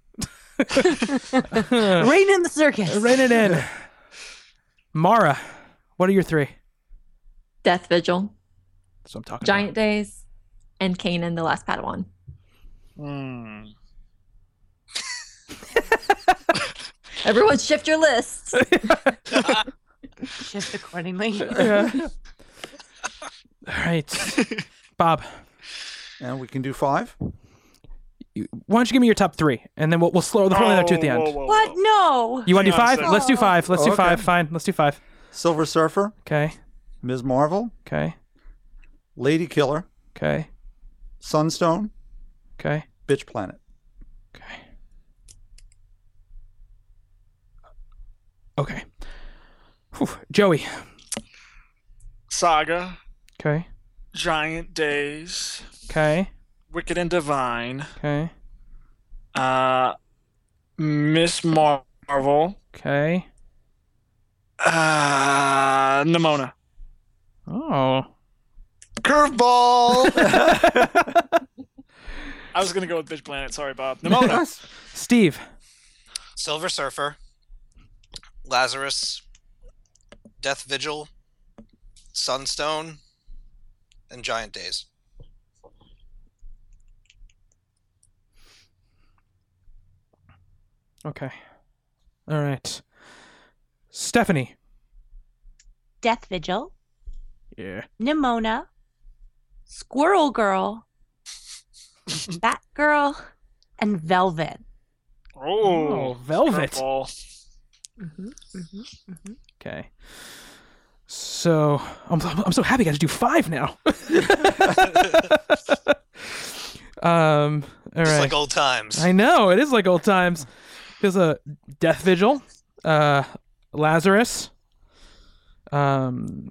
S8: Rain in the circus.
S2: Rein it in. Mara, what are your three?
S6: Death Vigil,
S2: That's what I'm talking
S6: Giant Days, and Kanan, the Last Padawan.
S3: Hmm.
S6: Everyone, shift your lists.
S8: Shift accordingly.
S2: about. All right. Bob,
S7: And we can do five.
S2: you- why don't you give me your top three, and then we'll, we'll slow the formula down to at the end.
S3: Oh, Whoa, whoa,
S8: What?
S3: whoa.
S8: No.
S2: You want to do
S3: Hang on a
S2: five?
S3: second. Oh,
S2: Let's do five. Let's do
S7: Okay.
S2: five. Fine. Let's do five.
S7: Silver Surfer,
S2: Okay.
S7: Ms. Marvel,
S2: Okay.
S7: Lady Killer,
S2: Okay.
S7: Sunstone,
S2: Okay.
S7: Bitch Planet.
S2: Okay. Okay. Whew. Joey.
S3: Saga,
S2: Okay.
S3: Giant Days,
S2: Okay.
S3: Wicked and Divine,
S2: Okay.
S3: uh, Miss Marvel,
S2: Okay.
S3: uh, Nimona.
S2: Oh.
S7: Curveball.
S3: I was gonna go with Bitch Planet. Sorry, Bob. Nimona.
S2: Steve.
S5: Silver Surfer, Lazarus, Death Vigil, Sunstone, and Giant Days.
S2: Okay. All right. Stephanie.
S8: Death Vigil,
S2: Yeah.
S8: Nimona, Squirrel Girl, Batgirl, and Velvet.
S2: Oh,
S3: oh,
S2: Velvet. Mm-hmm.
S3: curveball.
S2: Okay. So I'm, I'm so happy I got to do five now. um, all
S5: Just
S2: right.
S5: like old times.
S2: I know it is like old times. There's a death vigil, uh, Lazarus, um,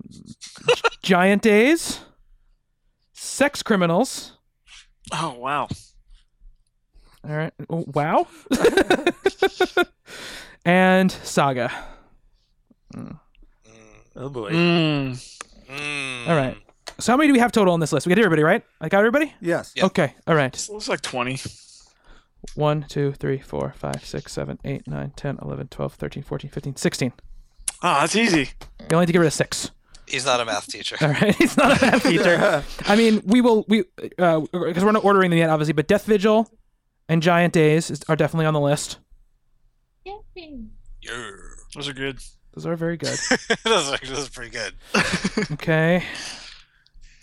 S2: giant days, sex criminals.
S3: Oh wow.
S2: All right. Oh, Wow. and saga.
S9: Oh boy.
S3: Mm.
S5: Mm.
S2: All right. So how many do we have total on this list? We got everybody, right? I got everybody.
S7: Yes.
S5: Yeah.
S2: Okay. All right.
S3: This looks like twenty.
S2: 1, 2, 3, 4, 5, 6, 7, 8, 9, 10, 11, 12, 13, 14, 15, 16.
S3: Ah, that's easy.
S2: You only have to get rid of six.
S5: He's not a math teacher.
S2: All right. It's not a bad feature. I mean, we will, we, uh, because we're not ordering them yet, obviously, but Death Vigil and Giant Days is, are definitely on the list.
S5: Yeah.
S3: Those are good.
S2: Those are very good.
S5: that's, like- that's pretty good.
S2: Okay.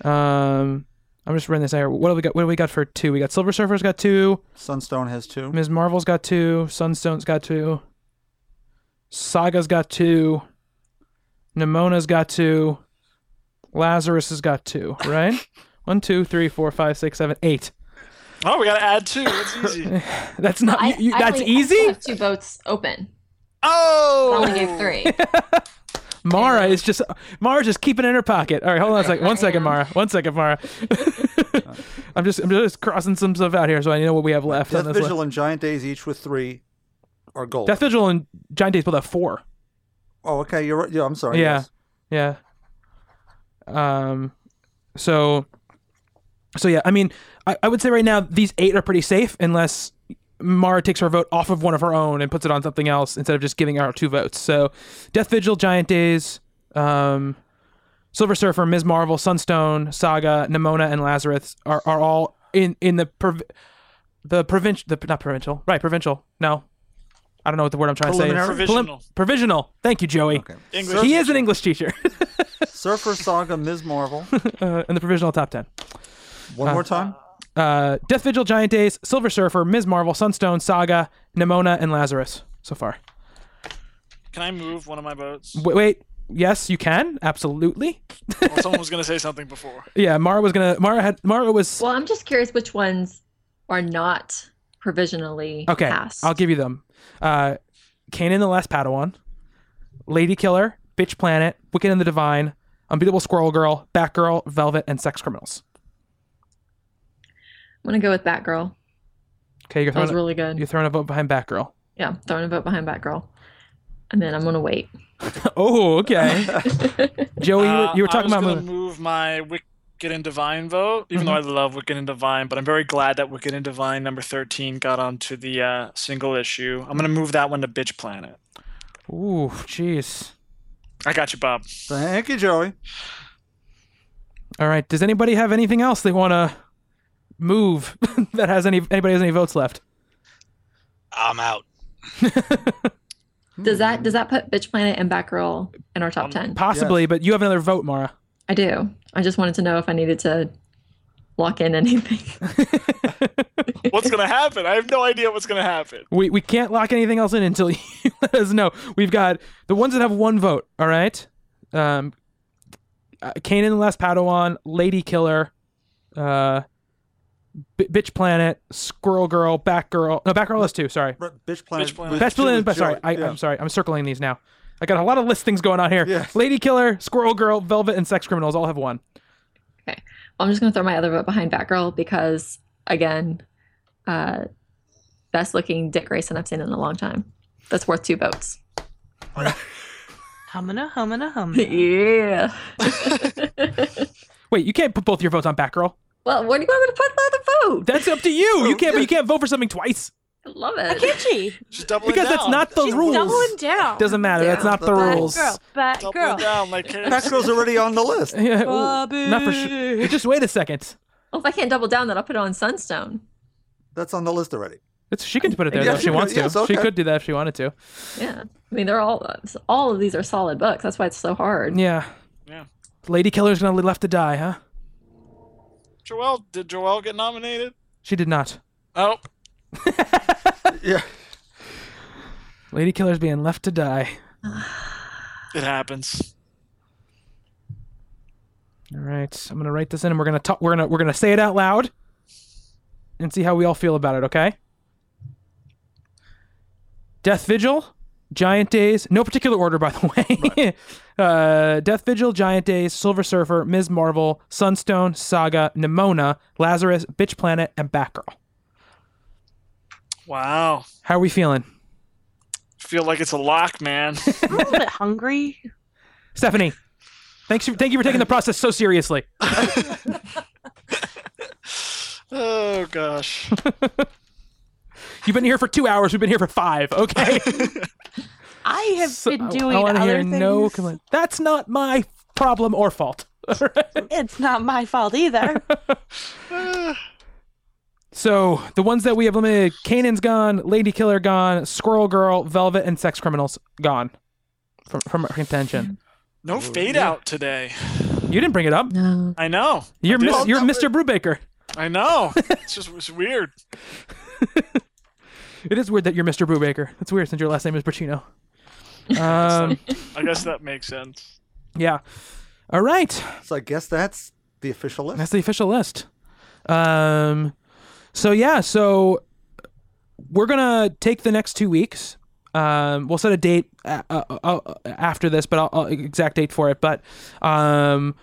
S2: Um, I'm just running this out. What do we got? What do we got for two? We got Silver Surfer's got two.
S7: Sunstone has two.
S2: Ms. Marvel's got two. Sunstone's got two. Saga's got two. Nimona's got two. Lazarus has got two. Right? One, two, three, four, five, six, seven, eight.
S3: Oh, we gotta add two. That's easy.
S2: That's not.
S6: I,
S2: you- you-
S6: I
S2: that's
S6: only- I still
S2: easy.
S6: have two votes open. I
S3: Oh.
S6: only gave three.
S2: Mara is just Mara's just keeping it in her pocket. All right, hold on a second. One second, Mara. One second, Mara. I'm just I'm just crossing some stuff out here so I know what we have left on
S7: Death
S2: this
S7: Vigil
S2: list.
S7: and Giant Days each with three are gold.
S2: Death Vigil and Giant Days both have four.
S7: oh, okay. You're right. Yeah, I'm sorry.
S2: Yeah.
S7: yes.
S2: Yeah. Um. So. So yeah, I mean, I, I would say right now these eight are pretty safe unless Mara takes her vote off of one of her own and puts it on something else instead of just giving her two votes. So, Death Vigil, Giant Days, um, Silver Surfer, Ms. Marvel, Sunstone, Saga, Nimona, and Lazarus are, are all in in the prov- the provincial the not provincial right provincial no. I don't know what the word I'm trying to say. is.
S3: Preliminary?
S2: Prelim- provisional. Thank you, Joey.
S3: English.
S2: He is an English teacher.
S7: Surfer Saga, Ms. Marvel.
S2: uh, in the provisional top 10.
S7: One more time.
S2: Uh, Death Vigil, Giant Days, Silver Surfer, Ms. Marvel, Sunstone, Saga, Nimona, and Lazarus so far.
S3: Can I move one of my votes?
S2: Wait, wait. Yes, you can. Absolutely.
S3: Well, Oh, someone was gonna say something before.
S2: Yeah, Mara was going to. Mara had. Mara was.
S6: Well, I'm just curious which ones are not provisionally
S2: Okay.
S6: passed.
S2: I'll give you them. Uh, Kanan the Last Padawan, Lady Killer, Bitch Planet, Wicked and the Divine, Unbeatable Squirrel Girl, Batgirl, Velvet, and Sex Criminals.
S6: I'm gonna go with Batgirl.
S2: Okay, you're
S6: That was
S2: throwing,
S6: really good.
S2: you're throwing a vote behind Batgirl.
S6: Yeah, throwing a vote behind Batgirl, and then I'm gonna wait.
S2: Oh, okay. Joey, Oh, you were,
S3: Uh,
S2: you were talking
S3: I
S2: about. Mm-hmm.
S3: was
S2: moving-
S3: gonna move my Wicked and Divine vote, even though I love Wicked and Divine, but I'm very glad that Wicked and Divine number 13 got onto the uh, single issue. I'm gonna move that one to Bitch Planet.
S2: Ooh, jeez.
S3: I got you, Bob.
S7: Thank you, Joey.
S2: All right. Does anybody have anything else they want to move that has any anybody has any votes left?
S5: I'm out.
S2: Hmm.
S6: Does that does that put Bitch Planet and Batgirl in our
S2: Um,
S6: top ten?
S2: Possibly,
S7: Yes.
S2: but you have another vote, Mara.
S6: I do. I just wanted to know if I needed to lock in anything.
S3: What's gonna happen? I have no idea what's gonna happen.
S2: We we can't lock anything else in until you let us know. We've got the ones that have one vote. All right. Um, uh, Kanan the Last Padawan, Lady Killer, uh, B- Bitch Planet, Squirrel Girl, Batgirl. No, Batgirl has two. Sorry.
S7: R- Bitch Planet.
S3: Bitch Planet.
S7: with-
S2: Best
S7: two
S2: villain,
S7: with
S2: but sorry,
S7: Joey.
S2: I,
S7: Yeah.
S2: I'm sorry, I'm circling these now. I got a lot of list things going on here.
S7: Yeah.
S2: Lady Killer, Squirrel Girl, Velvet, and Sex Criminals all have one.
S6: I'm just gonna throw my other vote behind Batgirl because again, uh, best looking Dick Grayson I've seen in a long time. That's worth two votes.
S8: Humana, humana, humana.
S6: yeah.
S2: Wait, you can't put both your votes on Batgirl.
S6: Well, where do you want me to put the other vote?
S2: That's up to you. You can't, but you can't vote for something twice
S6: I love it.
S8: Kitschy.
S3: Just double it
S2: because that's
S3: down.
S2: not the
S8: Doubling
S2: rules.
S8: down.
S2: Doesn't matter. That's not the
S8: Bad
S2: rules.
S8: girl. Bad
S3: double
S8: girl.
S3: it down like
S7: That girl's already on the list.
S2: Yeah, ooh,
S8: Bobby.
S2: not for sure. Just wait a second.
S6: Well, if I can't double down, then I'll put it on Sunstone.
S7: That's on the list already.
S2: It's, she can put it there
S7: Yeah,
S2: though if
S7: she
S2: she wants
S7: could.
S2: to.
S7: Yes,
S2: She
S7: okay.
S2: could do that if she wanted to.
S6: Yeah. I mean, they're all all of these are solid books. That's why it's so hard.
S2: Yeah.
S3: Yeah.
S2: Lady Killer's gonna be left to die, huh?
S3: Joel. Did Joel get nominated?
S2: She did not.
S3: Oh,
S7: Yeah.
S2: Lady Killer's being left to die.
S3: it happens.
S2: right, I'm gonna write this in, and we're gonna talk. We're gonna we're gonna say it out loud, and see how we all feel about it. Okay. Death Vigil, Giant Days. No particular order, by the way. uh, Death Vigil, Giant Days, Silver Surfer, Ms. Marvel, Sunstone, Saga, Nimona, Lazarus, Bitch Planet, and Batgirl.
S3: Wow.
S2: How are we feeling,
S3: Feel like it's a lock, man.
S8: I'm a little bit hungry.
S2: Stephanie? Thanks. For, thank you for taking the process so seriously.
S3: oh gosh.
S2: You've been here for two hours. We've been here for five. Okay.
S8: I have
S2: So-
S8: been
S2: I-
S8: doing
S2: I wanna
S8: other
S2: hear
S8: things.
S2: no complaint. That's not my problem or fault.
S8: It's not my fault either.
S2: So the ones that we have limited: Kanan's gone, Lady Killer gone, Squirrel Girl, Velvet, and Sex Criminals gone from from our contention. Oh,
S3: No fade out today.
S2: You didn't bring it up.
S6: No.
S3: I know.
S2: You're
S3: I did.
S2: mis- you're Mr. Brubaker.
S3: I know. It's just it's weird.
S2: It is weird that you're Mr. Brubaker. That's weird since your last name is Pacino. Um,
S3: I guess that makes sense.
S2: yeah. All right.
S7: So I guess that's the official list.
S2: That's the official list. Um, so yeah, so we're gonna take the next two weeks. Um, we'll set a date uh, uh, uh, after this, but I'll, I'll exact date for it. But um,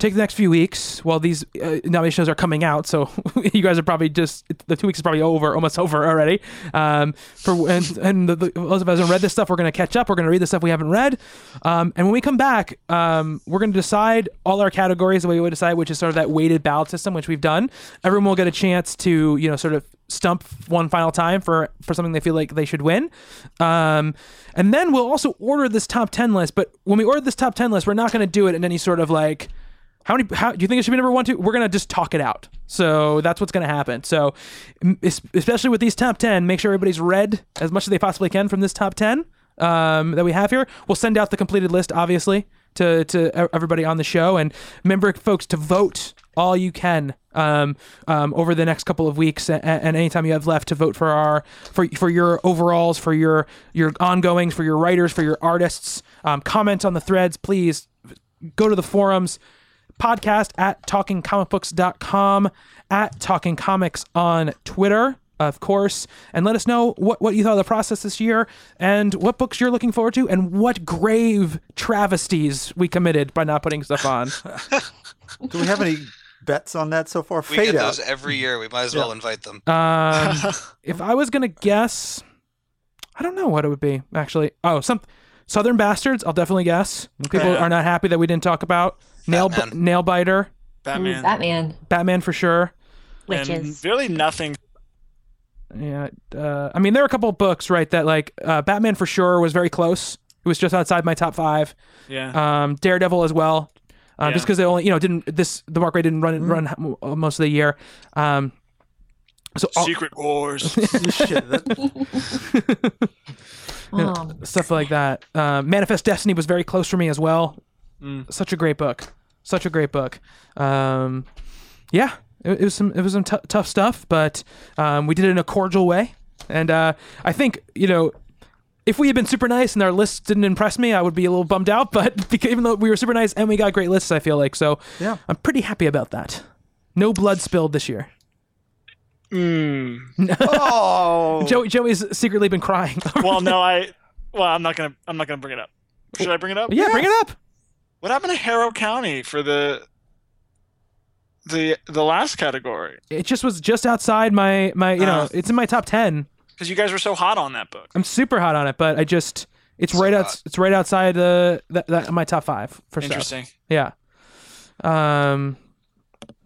S2: take the next few weeks while these uh, nominee shows are coming out. So you guys are probably just the two weeks is probably over, almost over already. Um, for and and the, the, those of us who haven't read this stuff, we're gonna catch up. We're gonna read the stuff we haven't read. Um, and when we come back, um, we're gonna decide all our categories the way we would decide, which is sort of that weighted ballot system, which we've done. Everyone will get a chance to you know sort of stump one final time for for something they feel like they should win. Um, and then we'll also order this top ten list. But when we order this top ten list, we're not gonna do it in any sort of like how many? How do you think it should be number one? Two? We're gonna just talk it out. So that's what's gonna happen. So, m- es- especially with these top ten, make sure everybody's read as much as they possibly can from this top ten um, that we have here. We'll send out the completed list, obviously, to to e- everybody on the show, and remember, folks, to vote all you can um, um, over the next couple of weeks and, and anytime you have left to vote for our for for your overalls for your your ongoings for your writers for your artists um, comment on the threads please go to the forums podcast at talkingcomicbooks.com at talking comics on twitter of course and let us know what, what you thought of the process this year and what books you're looking forward to and what grave travesties we committed by not putting stuff on
S7: Do we have any bets on that so far?
S5: We
S7: Fade
S5: get
S7: out.
S5: those every year. We might as well invite them.
S2: Um, if I was gonna guess, I don't know what it would be actually. Oh, some Southern Bastards. I'll definitely guess. People are not happy that we didn't talk about Nail
S5: Batman.
S2: Nail Biter,
S3: Batman.
S6: Batman.
S2: Batman for sure.
S3: and
S8: Witches.
S3: really nothing.
S2: Yeah, uh, I mean there are a couple of books right that like uh, Batman for sure was very close. It was just outside my top five.
S3: Yeah.
S2: Um, Daredevil as well, um,
S3: Yeah.
S2: just because they only you know didn't this the mark rate didn't run run mo- most of the year. Um, so all,
S3: Secret Wars.
S7: Shit, that-
S6: Oh.
S2: stuff like that. Um, Manifest Destiny was very close for me as well. Such a great book. Such a great book. Um, yeah, it, it was some it was some tou- tough stuff, but um, we did it in a cordial way, and uh, I think you know. If we had been super nice and our lists didn't impress me, I would be a little bummed out. But because, even though we were super nice and we got great lists, I feel like so.
S7: Yeah.
S2: I'm pretty happy about that. No blood spilled this year.
S3: Mm.
S7: oh,
S2: Joey, Joey's secretly been crying.
S3: Well, no, I. Well, I'm not gonna. I'm not gonna bring it up. Should I bring it up?
S2: yeah, bring it up.
S3: What happened to Harrow County for the the the last category?
S2: It just was just outside my my you know
S3: Uh.
S2: it's in my top ten.
S3: Because you guys were so hot on that book.
S2: I'm super hot on it, but I just it's right out
S5: hot.
S2: it's right outside the, the, the my top five for stuff.
S3: Interesting.
S2: Yeah. Um.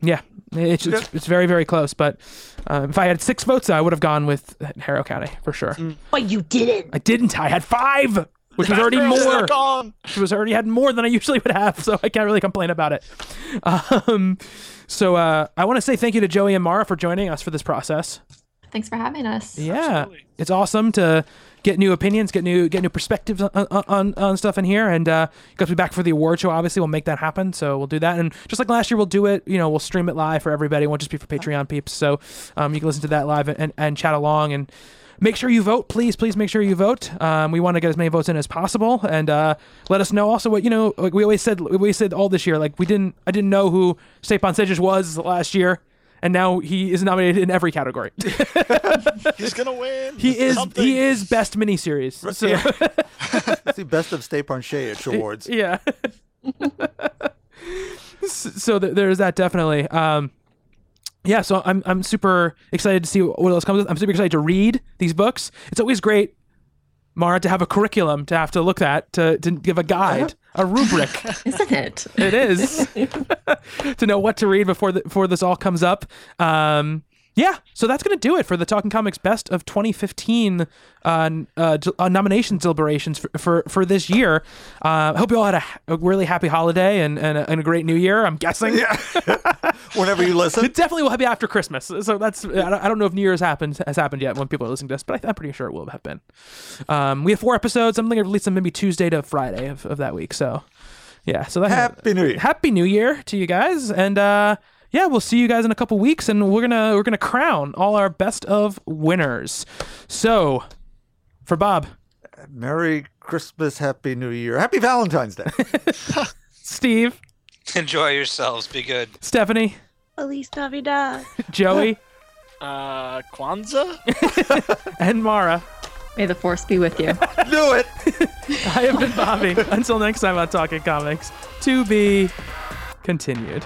S2: Yeah, it's, it's it's very very close. But um, if I had six votes, I would have gone with Harrow County for sure.
S4: But you didn't.
S2: I didn't. I had five, which was already
S3: Batgirl's
S2: more.
S3: not gone.
S2: It was already had more than I usually would have, so I can't really complain about it. Um. So uh, I want to say thank you to Joey and Mara for joining us for this process.
S6: Thanks for having us.
S2: Yeah,
S3: Absolutely.
S2: it's awesome to get new opinions, get new get new perspectives on on, on, on stuff in here, and uh, you guys will be back for the award show. Obviously, we'll make that happen. So we'll do that, and just like last year, we'll do it. You know, we'll stream it live for everybody. It won't just be for Patreon peeps. So um, you can listen to that live and, and chat along and. Make sure you vote, please. Please make sure you vote. Um, we want to get as many votes in as possible, and uh, let us know also what you know. Like we always said, we always said all this year. Like we didn't, I didn't know who Stepan Sejic was last year, and now he is nominated in every category.
S3: He's gonna win.
S2: He is
S3: Something.
S2: he is best miniseries. So, yeah.
S7: It's the best of State Ponche awards.
S2: S- so th- there's that definitely. Um, yeah, so I'm I'm super excited to see what else comes. I'm super excited to read these books. It's always great, Mara, to have a curriculum to have to look at to to give a guide, a rubric.
S6: Isn't it?
S2: It is to know what to read before the, before this all comes up. Um, yeah, so that's gonna do it for the Talking Comics Best of 2015 uh, n- uh, d- uh, nominations deliberations for, for for this year. Uh, I hope you all had a, h- a really happy holiday and and a, and a great New Year. I'm guessing. Yeah.
S7: Whenever you listen,
S2: It definitely will be after Christmas. So that's I don't, I don't know if New Year's happened has happened yet when people are listening to this, but I, I'm pretty sure it will have been. Um, we have four episodes. I'm thinking I released them maybe Tuesday to Friday of, of that week. So yeah, so that
S7: Happy New Year.
S2: Happy New Year to you guys, and uh, yeah, we'll see you guys in a couple weeks, and we're gonna we're gonna crown all our best of winners. So for Bob,
S7: Merry Christmas, Happy New Year, Happy Valentine's Day.
S2: Steve,
S5: Enjoy yourselves. Be good.
S2: Stephanie,
S8: Feliz Navidad.
S2: Joey,
S3: Uh, Kwanzaa.
S2: and Mara.
S6: May the force be with you.
S7: Do it.
S2: I have been Bobby. Until next time on Talking Comics, to be continued.